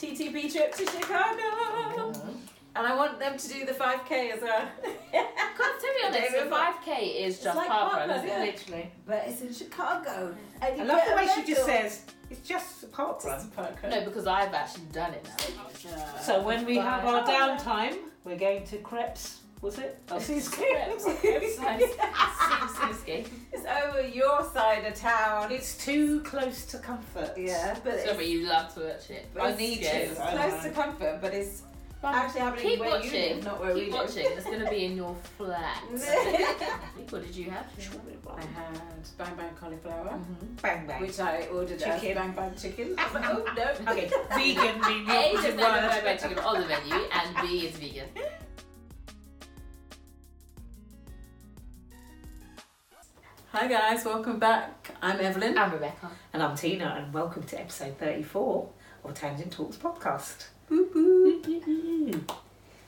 TTB trip to Chicago. And I want them to do the 5K as well. Because to be honest, David the 5k is It's just like park park run, run, isn't yeah. it? Literally. But it's in Chicago. And I you love get the a way she just medal. says it's just a park Just run. park run. No, because I've actually done it now. So when we have our Bye. downtime, we're going to crepes. Was it? Oh, Crepes. Seems It's over your side of town. It's too close to comfort. Yeah, but it's, Sorry, you love to watch it. but it's- it. It's I close know. to comfort, but it's actually happening Keep where watching. you live, not where we Keep watching. live. It's going to be in your flat. what did you have? I had bang bang cauliflower, Mm-hmm. Bang bang. which I ordered as Chicken. bang bang Mhm. chicken. I was like, oh no. okay, vegan being the A is opposite bag word. of chicken on the menu, and B is vegan. Hi guys, welcome back. I'm Evelyn. And Rebecca. And I'm Tina, and welcome to episode 34 of Tangent Talks podcast. Boop, boop.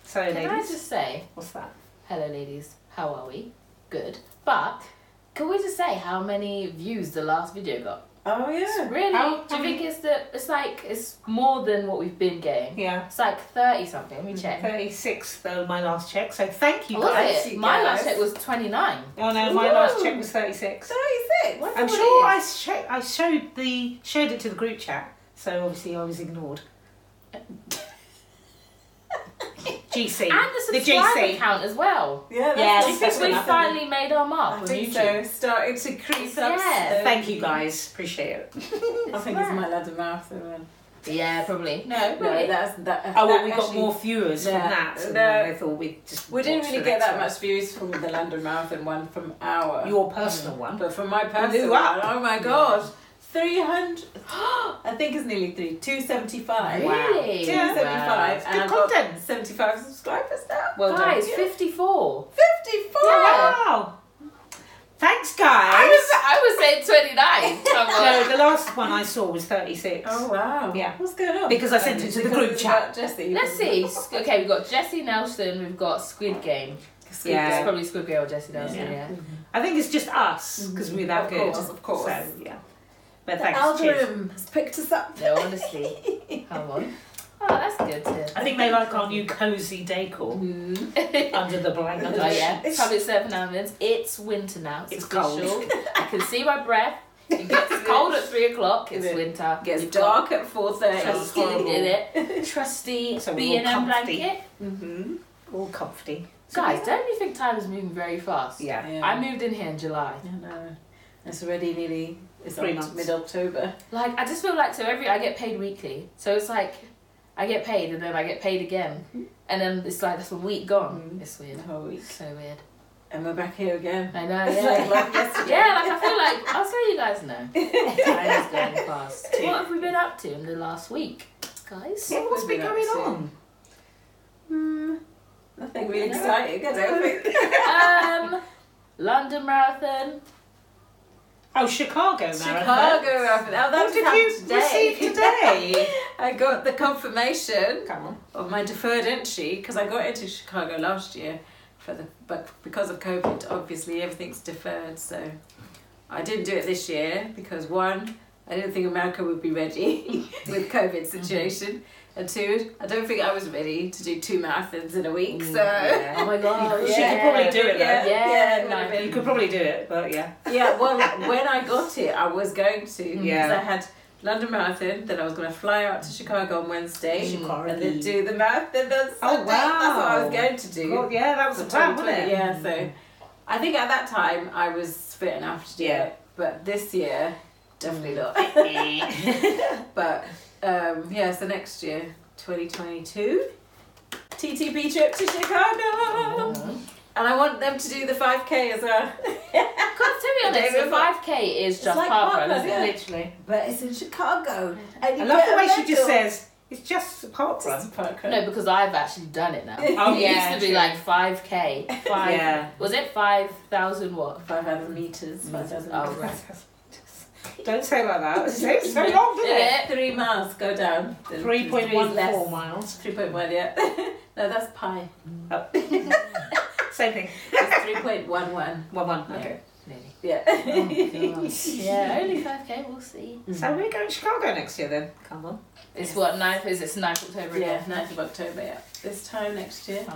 So, Can I ladies, just say, what's that? hello, ladies. How are we? Good. But can we just say how many views the last video got? Oh yeah. Really? How- Do how you many- think it's the? It's like it's more than what we've been getting. Yeah, It's like thirty something. Let me check. 36 though, my last check. So, thank you Was guys. it? you My guys. last check was twenty nine. Oh no, my last Woo! check was 36. Thirty-six. What? I'm What sure it I, sho- I showed the shared it to the group chat, so obviously I was ignored. GC. And the subscriber count as well. Yeah. Yes, Do you think that's we what finally made our I mark on think YouTube? so. Starting to creep up. Yeah. slowly. Thank you guys, appreciate it. I think it's my ladder marathon. Yeah, probably. No, No, probably. that's that. Oh well, that we got actually- more viewers Yeah. from that, and No. then they thought we just. We didn't watch really the get next that one. much views from the London Marathon one from our. Your personal one. But from my Blew personal up. one, oh my god, 300, I think it's nearly three, 275. Really? Wow. Yeah. 275 Good and I've content. got 75 subscribers now. Well Guys, done. 54. 54! Yeah. Wow. Thanks, guys. I was, I was saying 29. Come on. No, the last one I saw was thirty-six. Oh wow. Yeah. What's going on? Because I sent it to the Because group it's chat. about Jesse. Let's see. S- Okay, we've got Jesse Nelson, we've got Squid Game. Squid Yeah. It's Game. probably Squid Game or Jesse Nelson, Yeah. yeah. I think it's just us because we're that Of good. course, of course. So yeah. But The thanks. cheers. algorithm has picked us up. No, honestly. Come on. Oh, that's good too. I think they like our new cozy decor Mm-hmm. Mm. under the blanket. Oh yeah, It's- public service announcements. It's winter now. It's, It's cold. official. I can see my breath. It gets cold at three o'clock. It's It winter. Gets We've got dark at 4.30. Trusty horrible. in it. Trusty So we're B and all M comfy. blanket. Mm-hmm. All comfy. Guys, don't you think time is moving very fast? Yeah. Yeah. I moved in here in July. I know. It's already nearly it's Three oct- months. mid-October. Like I just feel like so every I get paid weekly, so it's like I get paid and then I get paid again, and then it's like that's a week gone. Mm. It's The weird. whole week. So weird. And we're back here again. I know. It's yeah. like, like yesterday. Yeah, like I feel like I'll tell you guys now. Time is going fast. Yeah. What have we been up to in the last week, guys? So what's We've been been going up to- on? Hmm. Nothing really Yeah. exciting, I don't think. Um, London Marathon. Oh, Chicago Marathon. Chicago Marathon. Oh, that What was did happened you today. receive today? I got the confirmation Come on. of my deferred entry because I got into Chicago last year for the but because of COVID, obviously everything's deferred. So I didn't do it this year because one, I didn't think America would be ready with COVID Mm-hmm. situation, and two, I don't think I was ready to do two marathons in a week. So. Mm, Yeah. Oh my god. She could probably do it Yeah, though. Yeah, yeah, it would nice. have been You could probably do it, but yeah. yeah, well, when I got it, I was going to because Yeah. I had London Marathon. Then I was going to fly out to Chicago on Wednesday Chicago. and then do the marathon on Sunday. That's what I Mm. Oh, wow. was going to do. Well, yeah, that was for a plan, wasn't 2020. it? Yeah, so I think at that time I was fit enough to do Yeah. Mm. it, but this year definitely not. Yeah. But um, yeah, so next year, 2022, TTB trip to Chicago. Mm-hmm. And I want them to do the 5K as well. Because to be honest, David, the 5k is it's just like park park run, run, isn't yeah. it? Literally. But it's in Chicago. And I you love get the a way she just medal. says it's just a park run. No, because I've actually done it now. Oh, it yeah, used to be true. like 5k. Five. Yeah. Was it 5,000 what? 5,000 metres. 5,000 Oh, metres. right. Don't say like that. It's it's so long, isn't it? Yeah. Three miles, go down. Then Three point one four less. miles. 3.1, yeah. no, that's pi. Same thing. It's 3.11. One one. Okay. Okay. nearly. Yeah. Oh, Yeah, only five k. We'll see. So we're going to Chicago next year then. Mm. Come on. It's Yes. what 9th is it's 9th October yeah, again. 9th of October, yeah. This time next year.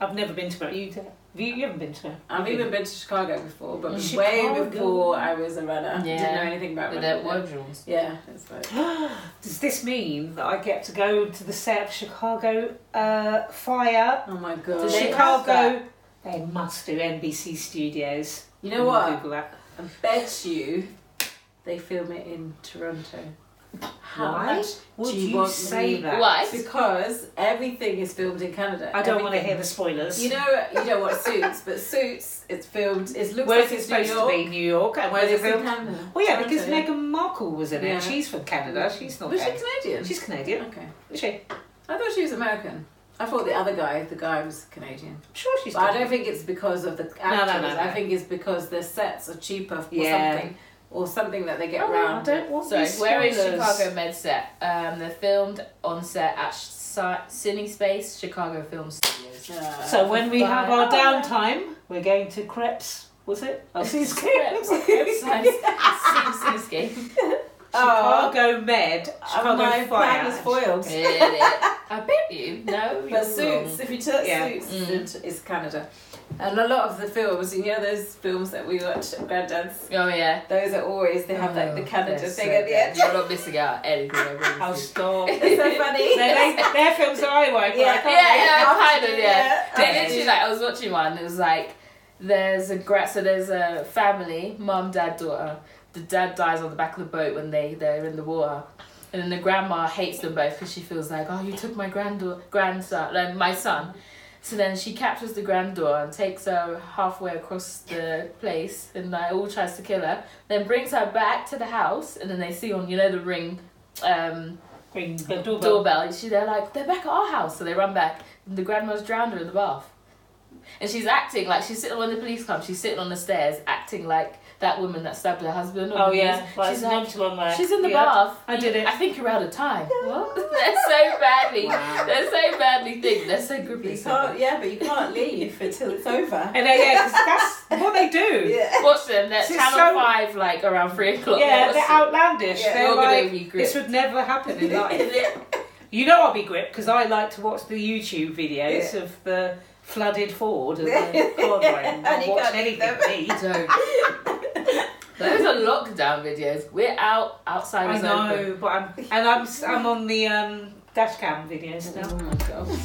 I've never been to America. You, have you, you haven't been to America. I've even been to Chicago before, but Mm. way Chicago. before I was a runner. Didn't Yeah. know anything about With running. their word rules. Yeah, it's like, Does this mean that I get to go to the set of Chicago uh, Fire? oh my Do god. they have Chicago. that? They must do NBC Studios. You know I'm gonna what? Google that. I bet you they film it in Toronto. How Why much Would do you, you want say me- that? Why? Because everything is filmed in Canada. I don't want to Everything. hear the spoilers. You know, you don't watch Suits, but Suits, it's filmed. It looks Where's like it it's supposed New York. to be? New York. And where's it it's in filmed? Canada. Well, Oh, yeah, because Toronto. Meghan Markle was in it. Yeah. She's from Canada. She's not. Was she there. Canadian? She's Canadian. okay. Is she? I thought she was American. I thought the other guy, the guy was Canadian. I'm sure she's. But I don't Canadian. think it's because of the actors. no, I no. think it's because the sets are cheaper for Yeah. something or something that they get Oh, no, I round. don't want So, these where is spoilers. Chicago Med set? Um, they're filmed on set at Sh- Cine Space, Chicago Film Studios. Uh, So when we have our Oh, yeah. downtime, we're going to Crepes. Was it? Oh, Seas Crepes. Crepes. Cinescape. Oh. Chicago Med, Chicago my Fire. plan is foiled. Really? I bet you. No, you're But Suits, wrong. if you took Yeah. Suits, Mm. it- it's Canada. And a lot of the films, you know those films that we watch at Granddad's? Oh yeah. Those are always, they have like the Canada Oh, they're thing so at the good. end. You're not missing out anything. I really Oh, think. stop. They're, It's so funny. they, they're films that I won't Yeah. like. yeah, aren't they? yeah, After kind of, the- yeah. yeah. They literally like I was watching one. It was like there's a gra- so there's a family, mum, dad, daughter. The dad dies on the back of the boat when they they're in the water. And then the grandma hates them both because she feels like, oh, you took my granddaughter, grandson, like, my son. So then she captures the granddaughter and takes her halfway across the place, and like all tries to kill her. Then brings her back to the house, and then they see on you know the ring, um, Ring the doorbell. doorbell. And she, they're like, they're back at our house. So they run back. And the grandma's drowned her in the bath. And she's acting like she's sitting when the police come. She's sitting on the stairs, acting like that woman that stabbed her husband. on Oh, the yeah. news. Like, she's she's like, nonchalant like, she's in the yeah. bath. I did it. I think you're out of time. What? they're so badly. Wow. They're so badly thing. They're so grippy. You can't, yeah, but you can't leave until it's over. And they, yeah, 'cause that's what they do. Yeah, Watch them. They're She's Channel so- Five, like around three o'clock. they're outlandish. Yeah. they're You're gonna like, be this gripped. would never happen in life. Yeah. You know I'll be gripped because I like to watch the YouTube videos of the flooded Ford and the car drain. And Not you watch can't eat anything them. me. Don't. Those are lockdown videos. We're out. Outside I is open. know, but I'm and I'm s- I'm on the um, dash cam videos now. Oh my god.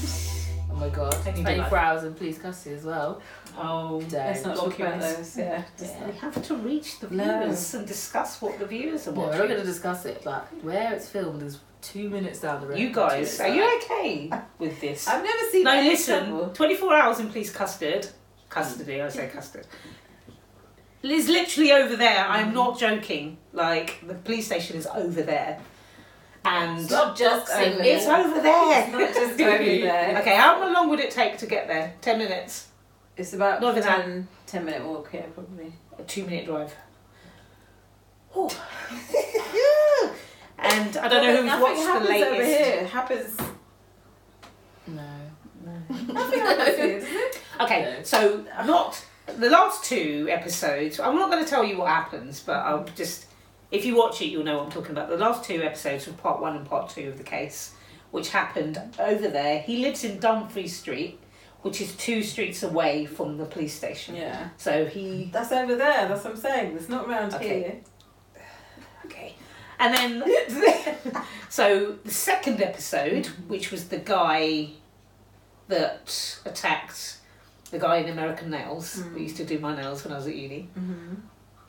Oh my god. Taking your 24 life. hours in police custody as well. Mm-hmm. Oh, Let's not talk about Documents. those. Yeah. just- Yeah. we have to reach the No. viewers and discuss what the viewers are No, we're not going to watching. discuss it, but where it's filmed is two minutes down the road. You guys, are you okay with this? I've never seen No, any listen. trouble. Twenty four hours in police custard. Custody, I say custard. Is literally over there. Mm. I'm not joking. Like the police station is over there, and It's not just Boxing. over it's there. over there. It's not just over there. Okay, how long would it take to get there? Ten minutes. It's about Not a even 10, 10 minute walk here, probably. A two minute drive. Oh. and I don't know Nothing who's watched happens the over latest. here. It happens. No. Nothing happens here, does it? Okay, so not the last two episodes. I'm not going to tell you what happens, but I'll just if you watch it, you'll know what I'm talking about. The last two episodes were part one and part two of the case, which happened over there. He lives in Dumfries Street, which is two streets away from the police station. Yeah. So he That's over there. That's what I'm saying. It's not round Okay. here. Okay. And then, so the second episode, which was the guy that attacked the guy in American Nails, who used to do my nails when I was at uni,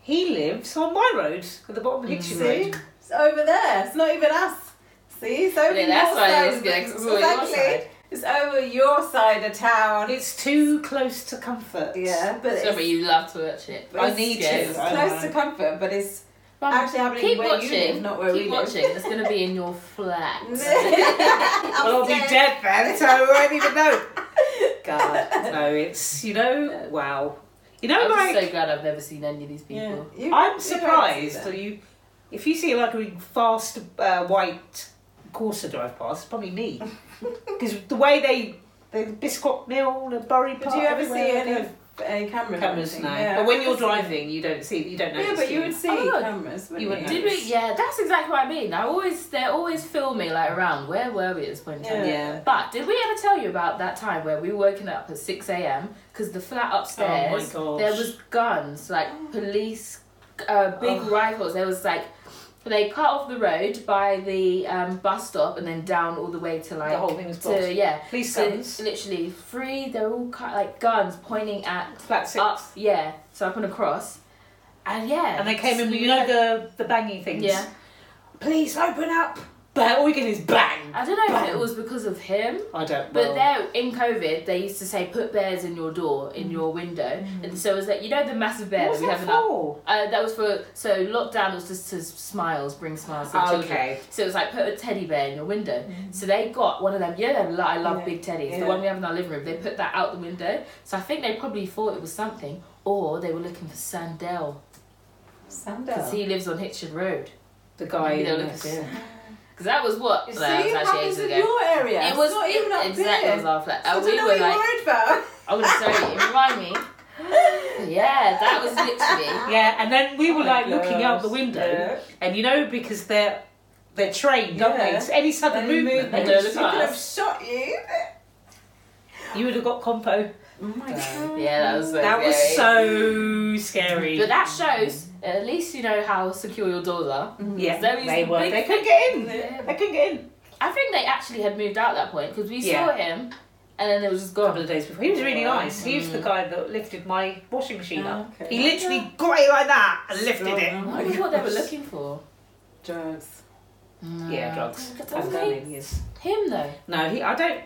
he lives on my road at the bottom of Hitchin See? Road. It's over there. It's not even us. See? It's over Yeah, your that's why side. it was good, 'cause it's all your side. It's over your side of town. It's too close to comfort. Yeah, but So, but it's, you love to watch it. but it's- I need to. It's I close know. to comfort, but it's Mum, actually happening keep where watching. you live, not where keep we live. watching. It's going to be in your flat. Well, I'll be dead then, so I won't even know. God, no, it's, you know, wow. You know, I'm like, just so glad I've never seen any of these people. You- I'm you surprised don't see that that. you, if you see like a fast uh, white Corsa drive past, it's probably me. Because the way they, the Biscot Mill, the Bury But Park. do you ever see everywhere I any go. of a camera. and cameras everything, now. Yeah, but when you're obviously. driving, you don't see, you don't know. Yeah, but you would see Oh, look. cameras. Wouldn't You you wouldn't Did we? Yeah, that's exactly what I mean. I always they're always filming like around. Where were we at this point? in time? Yeah. Yeah. But did we ever tell you about that time where we were waking up at six a.m. because the flat Oh my upstairs gosh. there was guns like police, uh, big Oh. rifles. There was like they cut off the road by the um, bus stop and then down all the way to like the whole thing was blocked. to yeah. Police So guns. literally three. They're all cut like guns pointing at Flat six. up. Yeah, so up and across, and yeah. Uh, And they came in with you know the the banging things. Yeah. Please open up. But all you can is bang. I don't know if Bang. it was because of him, I don't. but Well, there in COVID, they used to say put bears in your door, Mm. in your window, and so it was like you know the massive bear what was that we that have in our. for? Uh, that was for so lockdown was just to s- smiles, bring smiles Ah, to the children. Okay. So it was like put a teddy bear in your window. So they got one of them. Yeah, them, I love Mm-hmm. Yeah. big teddies. Yeah. The one we have in our living room. They put that out the window. So I think they probably thought it was something, or they were looking for Sandel because Sandal. he lives on Hitchin Road. The Oh, guy. Maybe they'll in look this- at it. Because that was what You see, that was it actually happens ages in ago. your area. It was it's not even up exactly there. it was our flat. I And don't we know were what like, you're worried about. I'm gonna show you. Remind me. Yeah, that was literally. Yeah, and then we Oh were my like looking out the gosh. window, Yeah. and you know because they're they're trained, don't they? Yeah. So any sudden Any movement, movement, they don't she look could at just, have us. shot you. Oh you would have got compo. Oh my god. Um, Yeah, that was very That was scary. so scary. But that shows at least you know how secure your doors are. Mm-hmm. yeah, there was they the were. big They couldn't get in. Yeah. They couldn't get in. I think they actually had moved out at that point because we Yeah. saw him, and then it was just A couple gone. of days before, he was really Oh, Wow. nice. He was mm. the guy that lifted my washing machine up. Ah, Okay. He literally got it like that and lifted Oh, it. no. I wonder what they were looking for. Drugs. Yeah, drugs. Don't And they- gunning, yes. Him though. No, he. I don't.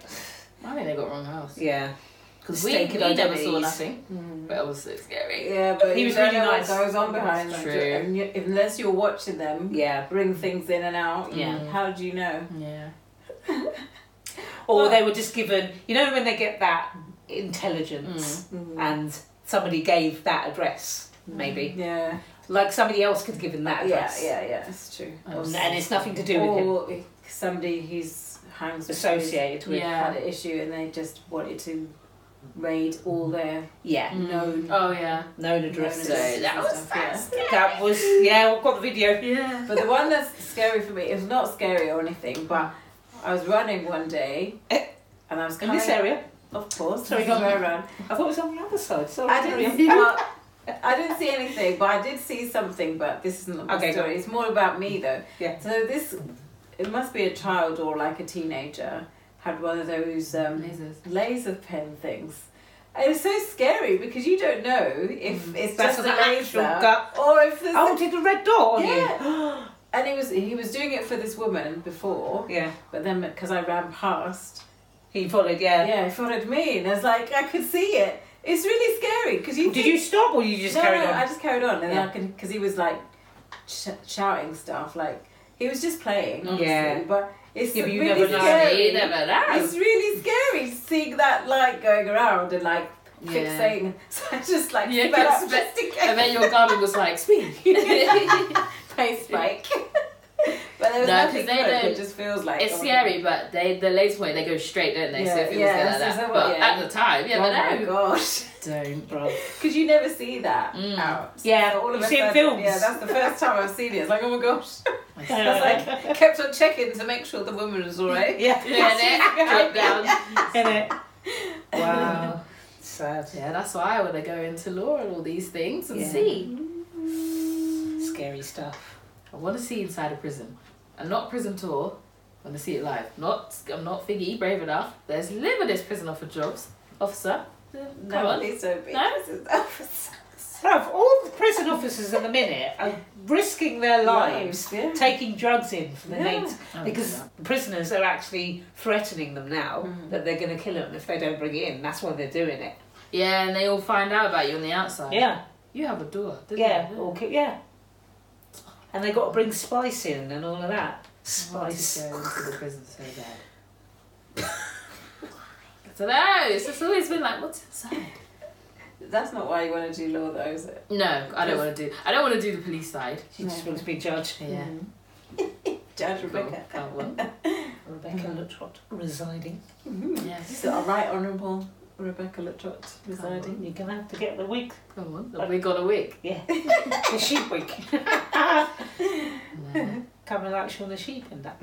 I think they got wrong house Yeah. because we, Mistaken we never saw identities. nothing. But it was so scary. Yeah, but He you was don't really know what nice. goes on behind That's that. true. And you- unless you're watching them Yeah. bring things in and out. Yeah. How do you know? Yeah. Or Well- they were just given. You know when they get that Mm. intelligence and somebody gave that address, maybe Yeah. like somebody else could have given that Mm. Yeah, address. yeah, Oh, yeah. It's true. Oh, Or- no. And it's nothing to do with him. or somebody who's hangs with Associated with. who's Yeah. had an issue and they just wanted to raid all their Yeah. known. Oh yeah. Known addresses. So that was Stuff, yeah. fast. That was. Yeah. I've got the video. Yeah. But the one that's scary for me is not scary or anything, but I was running one day and I was Eh. In coming. this area. Of course, sorry, Sorry, go on. got around. I thought it was on the other side. Sorry. I didn't. See, well, I didn't see anything, but I did see something. But this is not the Okay, go. story. It's more about me though. Yeah. So this, it must be a child or like a teenager had one of those um, Lasers. laser pen things. And it's so scary because you don't know if it's Mm-hmm. That's just a an laser actual gun. or if there's Oh, did the red dot on Yeah. and he was he was doing it for this woman before, you? Yeah. but then because I ran past, He followed, yeah. yeah, he followed me, and I was like, I could see it. It's really scary because you Did think- you stop or you just no, carried no, on? I just carried on, and Yeah. I can because he was like sh- shouting stuff, like he was just playing, obviously, Yeah. but it's Yeah, but you really never know. scary. You never know. It's really scary seeing that light going around and like Yeah. fixating. So I just like Yeah, sped up spe- just in case. And then your garden was like, speed. it's pace spike. but there was No, 'cause nothing they good, don't- It just feels like oh my scary, but they the laser point they go straight, don't they? so Yeah, it feels yeah, like so that. is that what- but yeah. at the time, yeah, God. but oh my no. gosh, Don't. because you never see that Mm. out. Yeah, So all of you've a seen sudden- films. Yeah, that's the first time I've seen it. It's like oh my gosh. That's like kept on checking to make sure the woman was alright. yeah. Yeah, they drop down. In it. Wow. Sad. Yeah, that's why I want to go into law and all these things and Yeah. see. Scary stuff. I want to see inside a prison, and not prison tour. I want to see it live. Not I'm not figgy brave enough. There's liver this prison officer jobs officer. Come No, on. please don't be. No. This is- that was- Bruv, all the prison officers at the minute are risking their Lives, lives yeah. taking drugs in for the Yeah. mates I would do because that. prisoners are actually threatening them now that they're going to kill them if they don't bring it in. That's why they're doing it. Yeah, and they all find out about you on the outside. Yeah. You have a door. Didn't Yeah. You? Or ki- yeah. And they got to bring spice in and all of that. Spice. I want to go into the prison so bad. I don't know. It's just always been like, what's inside? That's not why you want to do law, though, is it? No, I don't want to do. I don't want to do the police side. She just wants to be judged. Yeah. Judge Cool. Mm-hmm. Rebecca. Can't want. Rebecca Lutrot residing. Mm-hmm. Yes. So, all right, honourable Rebecca Latrotte residing. You're gonna have to get the wig. Come on, the wig on a wig. Yeah, the sheep wig. No. Coming like Shaun the Sheep and that.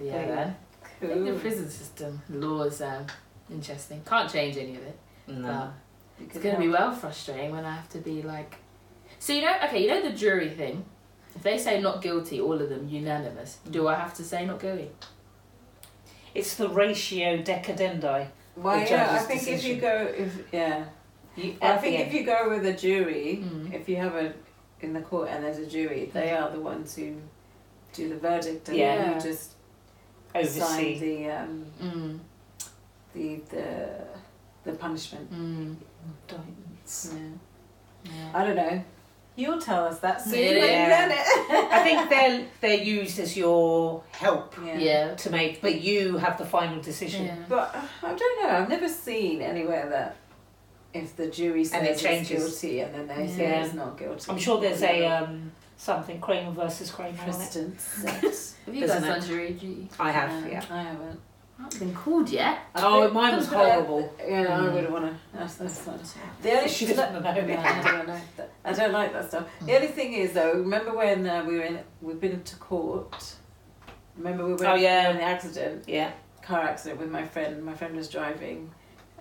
Yeah, then. I think the Cool. prison system laws um interesting. Can't change any of it. But it's gonna be well frustrating when I have to be like So you know okay, you know the jury thing? If they say not guilty, all of them unanimous, do I have to say not guilty? It's the ratio decadendi. Well, the yeah, I judge's think if you decision. go, if yeah, You, I think Mm-hmm. if you go with a jury, Mm. if you have a in the court and there's a jury, they are the ones who do the verdict, and Yeah. you just sign oversee. the um, Mm. the the the punishment. Mm. Yeah. Yeah. I don't know. You'll tell us that soon. Yeah. when you've done it. I think they're they're used as your help yeah. Yeah. to make, but you have the final decision. Yeah. But uh, I don't know. I've never seen anywhere that if the jury says And it it's changes. guilty and then they Yeah. say it's not guilty. I'm sure there's a um, something Kramer versus Kramer on it. Preston says. Have you guys Doesn't done jury duty? Um, I I haven't. I haven't been called yet. I Oh, think- mine was horrible. Yeah, I Mm. wouldn't want to. That's, that's fun. The only She doesn't know. No, I don't like that. I don't like that stuff. The only thing is though, remember when uh, we were in, we've been to court. Remember we were Oh, yeah. in the accident, Yeah, car accident with my friend. My friend was driving.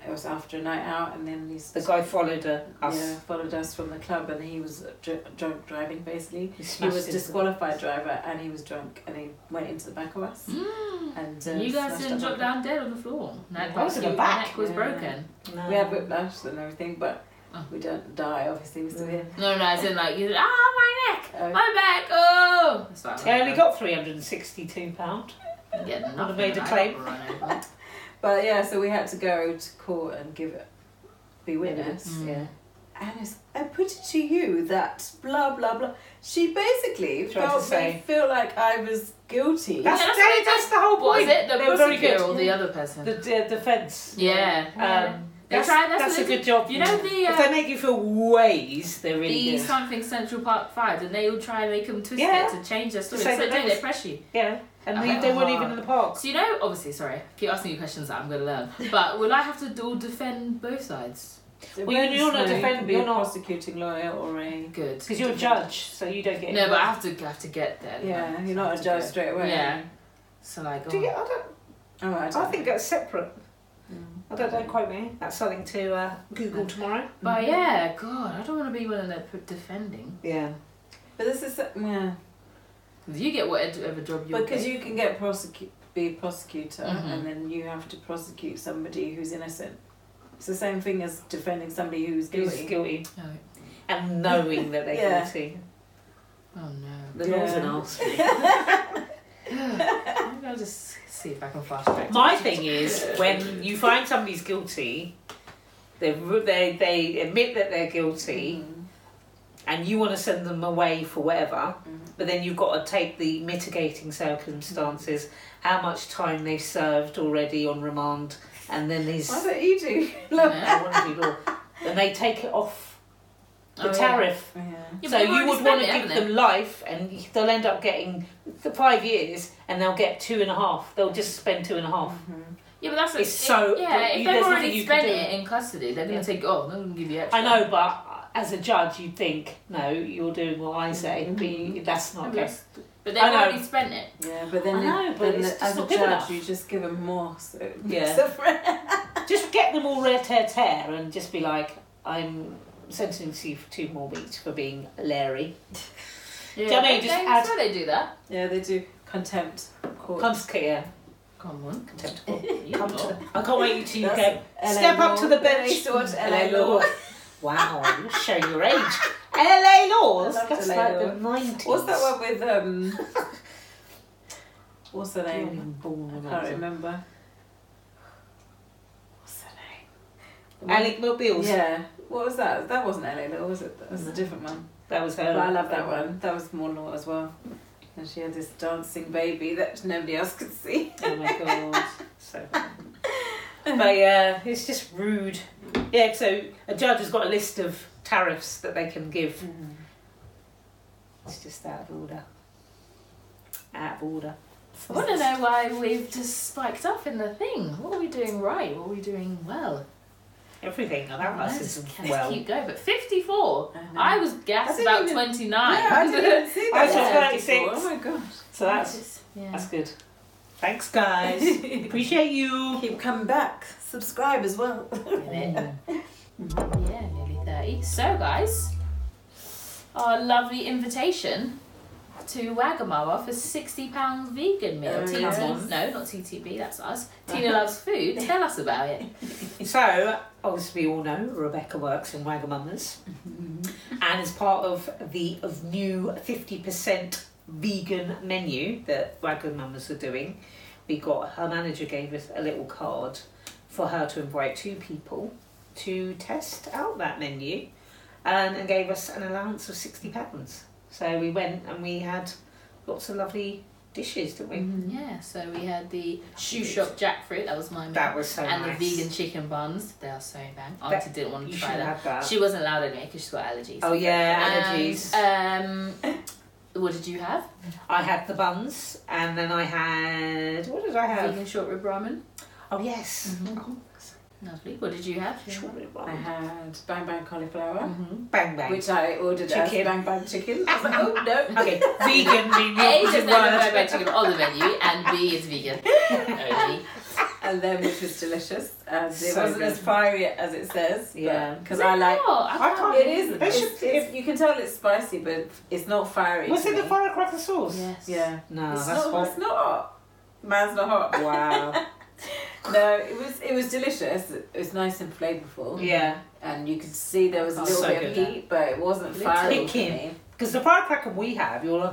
It was after a night out, and then he's the guy followed her, us. yeah followed us from the club, and he was dr- drunk driving basically. He He smashed was into- disqualified driver, and he was drunk, and he went into the back of us. And uh, you guys smashed didn't up drop our- down dead on the floor. Neck I was in the your back. Neck was Yeah. broken. No. We had whiplash and everything, but Oh. Mm. we don't die. Obviously, we're still here. No, no, as in like you. Ah, my neck. Oh. My back. Oh. That's what I I only got three hundred and sixty-two pound. Yeah, have nothing. made a I claim. got run over. But yeah, so we had to go to court and give it, be witness. Mm. Yeah. And it's, I put it to you that blah blah blah. She basically Tried to felt say- me feel like I was guilty. That's, that's they- that's the whole What was point. it? The They were very prosecutor good. or the other person? The the defence. yeah. Um, They that's tried- that's that's what a they good job. you know the if uh, they make you feel ways, they're really the good. something Central Park Five, and they will try and make them twist Yeah. it to change their story. Say So that they they- they press you. Yeah, and I they, went they weren't hard. even in the park. So you know, obviously, sorry, keep asking you questions that I'm gonna learn. But will I have to all defend both sides? So Well, you- you're not you defend- could be you're a not- prosecuting lawyer or a Good. Because you're a judge, so you don't get. No, any- but I have to I have to get there. yeah. like, You're I not have a to judge go. straight away. Yeah. So like, Do oh, you get? I don't. Oh, I, I don't think know. that's separate. Mm. I don't. Don't quote me. That's something to uh, Google tomorrow. oh, but yeah, God, I don't want to be one of the p- defending. Yeah. But this is uh, yeah. You get whatever job you. Because you can get prosecute, be a prosecutor, Mm-hmm. Mhm. and then you have to prosecute somebody who's innocent. It's the same thing as defending somebody who's Who's guilty. guilty Oh, and knowing that they're Yeah. guilty. oh no. The Yeah. law's an arse. Maybe I'll just see if I can fast back. to- My thing is when you find somebody's guilty, they they they admit that they're guilty, Mm. and you want to send them away for whatever. Mhm. But then you've got to take the mitigating circumstances, how much time they've served already on remand, and then these. Why don't you do? Oh, Yeah. I want to do law. And they take it off the Oh, yeah. tariff. Yeah. Yeah, so but they've you already would spent want to it, give haven't them life, and they'll end up getting the five years, and they'll get two and a half. They'll just spend two and Mm-hmm. a half. they? Yeah, but that's It's so- Yeah, if you- they've there's nothing already you can spent do. it in custody, they're Yeah. gonna take. Oh, they're gonna give you extra. I know, but as a judge, you'd think, no, you're doing what I say, Mm-hmm. but you, that's not Okay. okay. But I they've know. already spent it. Yeah, but I then, know, but then it's the- just as a not judge, good enough. you just give them more. So Yeah. So for- Just get them all rare tear tear and just be like, I'm sentencing you for two more weeks for being Larry. Yeah. you know what I mean? They- Just they- add- so they do that. yeah, they do contempt of court. Comes here. Come on, Contemptible. you Come lot. to I can't wait till you Oh, That's go. LA Step up law. to the bench. They sort LA LA law. law. Wow, you show your age. LA laws. I love That's LA like law. the nineties. What's that one with um? What's her name? I can't one? remember. What's her name? The one- Alec McBeals. Yeah. What was that? That wasn't LA law, was it? That was a different one. That was her. But I love that one. That was more law as well. And she had this dancing baby that nobody else could see. Oh my god. so But yeah, it's just rude. Yeah, so a judge has got a list of tariffs that they can give. It's just out of order. Out of order. I want to know why we've just spiked up in the thing. What are we doing right? What are we doing well? Everything about I us just is can't well. keep going. But 54. I know. I was gassed didn't about even- 29. um, Yeah, I didn't even see that. I was just Yeah. 36. Oh my gosh. So that's yeah. that's good. Thanks, guys. Appreciate you. Keep coming back. Subscribe as well. yeah, nearly 30. So, guys, our lovely invitation to Wagamama for £60 vegan meal. Oh, TT, yes. no, not TTB, that's us. Tina loves food. Tell us about it. So, obviously, we all know Rebecca works in Wagamama's and is part of the of new 50% vegan menu that Wagamama's are doing. We got her manager gave us a little card for her to invite two people to test out that menu um, and, and gave us an allowance of £60. So, we went and we had lots of lovely dishes, didn't we? Mm. Mm-hmm. Yeah, so we had the shoe shop jackfruit. That was my meal. That was so and nice. the vegan chicken buns. They are so bang. That- Auntie didn't want You to should try that. have that. She wasn't allowed anyway because she's got allergies. Oh yeah, And, allergies. um, what did you have? I had the buns, and then I had what did I have? Vegan short rib ramen. Oh yes, oh, Lovely. What did you have? shortbread I bun. had bang bang cauliflower, Uh-huh. Bang bang. which I ordered Chicken. as bang bang chicken. I was like, oh no. okay, vegan menu. A is does a not word. have bag chicken on the menu, and B is vegan. Only. And then which was delicious. And it So wasn't good. as fiery as it says. Yeah. Because I like. Oh, I I can't. can't- It is. They It's, should- it's- you can tell it's spicy, but it's not fiery. Was to it the me. firecracker sauce? Yes. Yeah. No, it's that's not. hot. It's not hot. Man's not hot. Wow. No, it was. It was delicious. It was nice and flavorful. yeah, And you could see there was a Oh, little so bit good. of heat, but it wasn't Little fiery for Chicken. me. because the firecracker we have, you're like,